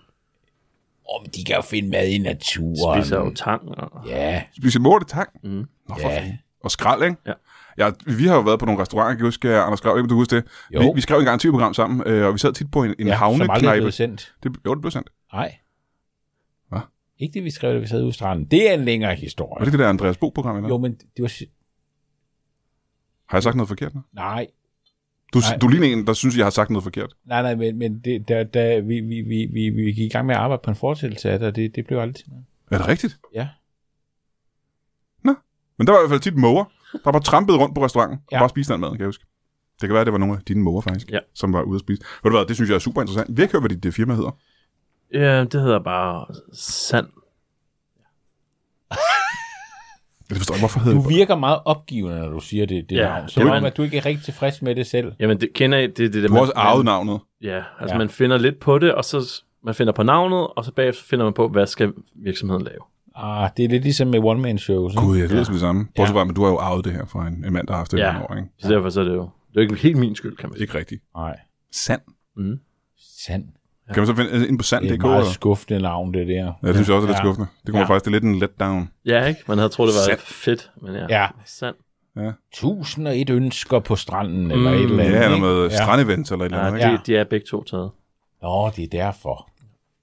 Speaker 2: Åh, men de kan jo finde mad i naturen.
Speaker 3: Spiser jo tang. Og...
Speaker 2: Ja,
Speaker 1: Spiser måge, det er tang.
Speaker 3: Mm.
Speaker 1: Nå, for
Speaker 2: Ja.
Speaker 1: fanden. Og skrald, ikke?
Speaker 3: Ja.
Speaker 1: Ja, vi har jo været på nogle restauranter, kan jeg huske, Anders skrev, ikke, om du husker det?
Speaker 2: Jo.
Speaker 1: Vi, vi, skrev en garantiprogram sammen, øh, og vi sad tit på en, en
Speaker 2: ja som aldrig er
Speaker 1: havneknejpe.
Speaker 2: blevet sendt.
Speaker 1: Det, jo, det blev sendt.
Speaker 2: Nej.
Speaker 1: Hva?
Speaker 2: Ikke det, vi skrev, da vi sad ude i stranden. Det er en længere historie.
Speaker 1: Var det det der Andreas Bo-program, eller?
Speaker 2: Jo, men det var... si-
Speaker 1: Har jeg sagt noget forkert nu?
Speaker 2: Nej,
Speaker 1: Du,
Speaker 2: Nej.
Speaker 1: du ligner en, der synes, jeg har sagt noget forkert.
Speaker 2: nej, nej, men, men det, da, da vi, vi, vi, vi, vi gik i gang med at arbejde på en fortællelse af det, og det, det blev aldrig til noget.
Speaker 1: Er det rigtigt?
Speaker 2: Ja.
Speaker 1: Men der var i hvert fald tit måger, der var trampet rundt på restauranten ja.
Speaker 2: Ja.
Speaker 1: og bare spiste den mad, kan jeg huske. Det kan være, at det var nogle af dine måger faktisk,
Speaker 3: Ja.
Speaker 1: som var ude at spise. Ved du hvad, det synes jeg er super interessant. Vi har ikke hørt, hvad dit øh, firma hedder.
Speaker 3: Ja, det hedder bare sand.
Speaker 1: Jeg forstår ikke, hvorfor hedder
Speaker 2: Du
Speaker 1: det.
Speaker 2: virker meget opgivende, når du siger det, det
Speaker 3: Ja,
Speaker 2: navn. Så
Speaker 3: det var
Speaker 2: om,
Speaker 3: en-
Speaker 2: at du ikke er rigtig tilfreds med det selv.
Speaker 3: Jamen, det kender I, det, det, det
Speaker 1: Du har også arvet navnet.
Speaker 3: Ja, altså
Speaker 2: Ja.
Speaker 3: ja. man finder lidt på det, og så s- man finder på navnet, og så bagefter finder man på, hvad skal virksomheden lave.
Speaker 2: Ah, det er lidt ligesom med one-man-shows. ikke?
Speaker 1: Gud, ja, det lyder
Speaker 3: Ja.
Speaker 1: som det samme. Bortset fra, men du har jo arvet det her fra en, en mand, der har haft det i
Speaker 3: Ja.
Speaker 1: mange år, ikke?
Speaker 3: Så derfor så er det jo, det er jo ikke helt min skyld, kan man sige.
Speaker 1: Ikke rigtigt.
Speaker 2: Nej,
Speaker 1: Sand.
Speaker 3: Mm.
Speaker 2: sand.
Speaker 1: Kan man så finde øh, ind på sand?
Speaker 2: Det er
Speaker 1: Det,
Speaker 2: et
Speaker 1: går,
Speaker 2: meget
Speaker 1: eller?
Speaker 2: skuffende navn, det der.
Speaker 1: ja, det synes jeg også er lidt
Speaker 2: Ja.
Speaker 1: skuffende. Det kommer
Speaker 2: Ja.
Speaker 1: faktisk, det er lidt en letdown.
Speaker 3: Ja, ikke? Man havde troet, det var
Speaker 1: Sand.
Speaker 3: fedt, men ja.
Speaker 2: Ja.
Speaker 3: Sand.
Speaker 2: Tusind og et ønsker på stranden, mm, eller et eller andet.
Speaker 1: Ja, eller
Speaker 2: ikke?
Speaker 1: med
Speaker 2: Ja.
Speaker 1: strandevent eller et eller
Speaker 3: Ja,
Speaker 1: andet,
Speaker 3: de,
Speaker 1: ikke?
Speaker 2: Ja.
Speaker 3: de er begge to taget.
Speaker 2: Nå, det er derfor.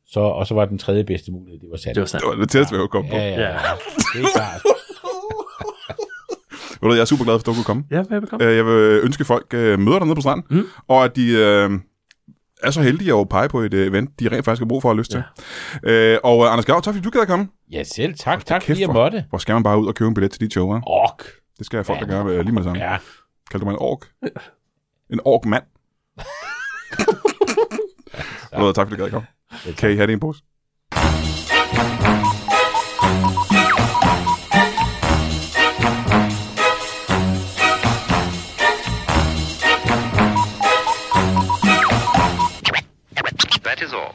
Speaker 2: Så, og så var den tredje bedste mulighed, det var sandt.
Speaker 3: Det var sandt.
Speaker 1: Det var det tætteste, vi har kommet på.
Speaker 2: Ja, ja, ja.
Speaker 3: Ja.
Speaker 2: Det er klart.
Speaker 1: Ved du, jeg er super glad for, at du kunne komme.
Speaker 3: Ja, velbekomme.
Speaker 1: Øh, Jeg vil ønske folk øh, møder dernede på stranden, mm.
Speaker 3: Mm.
Speaker 1: og at de øh, er så heldige at pege på et øh, event, de rent faktisk har brug for og har lyst ja. til. Øh, og øh, Anders Gav, tak fordi du gad at komme.
Speaker 2: Ja, selv tak. Tak,
Speaker 1: kæft,
Speaker 2: fordi jeg
Speaker 1: hvor-
Speaker 2: måtte.
Speaker 1: Hvor skal man bare ud og købe en billet til dit show, hva'?
Speaker 2: Ork.
Speaker 1: Det skal folk da gøre øh, lige med det samme. Ja.
Speaker 2: Ja.
Speaker 1: Kalder du mig en ork? En ork mand? ja. Tak fordi du gad at komme. Kan I have det i en pose?
Speaker 4: That is all.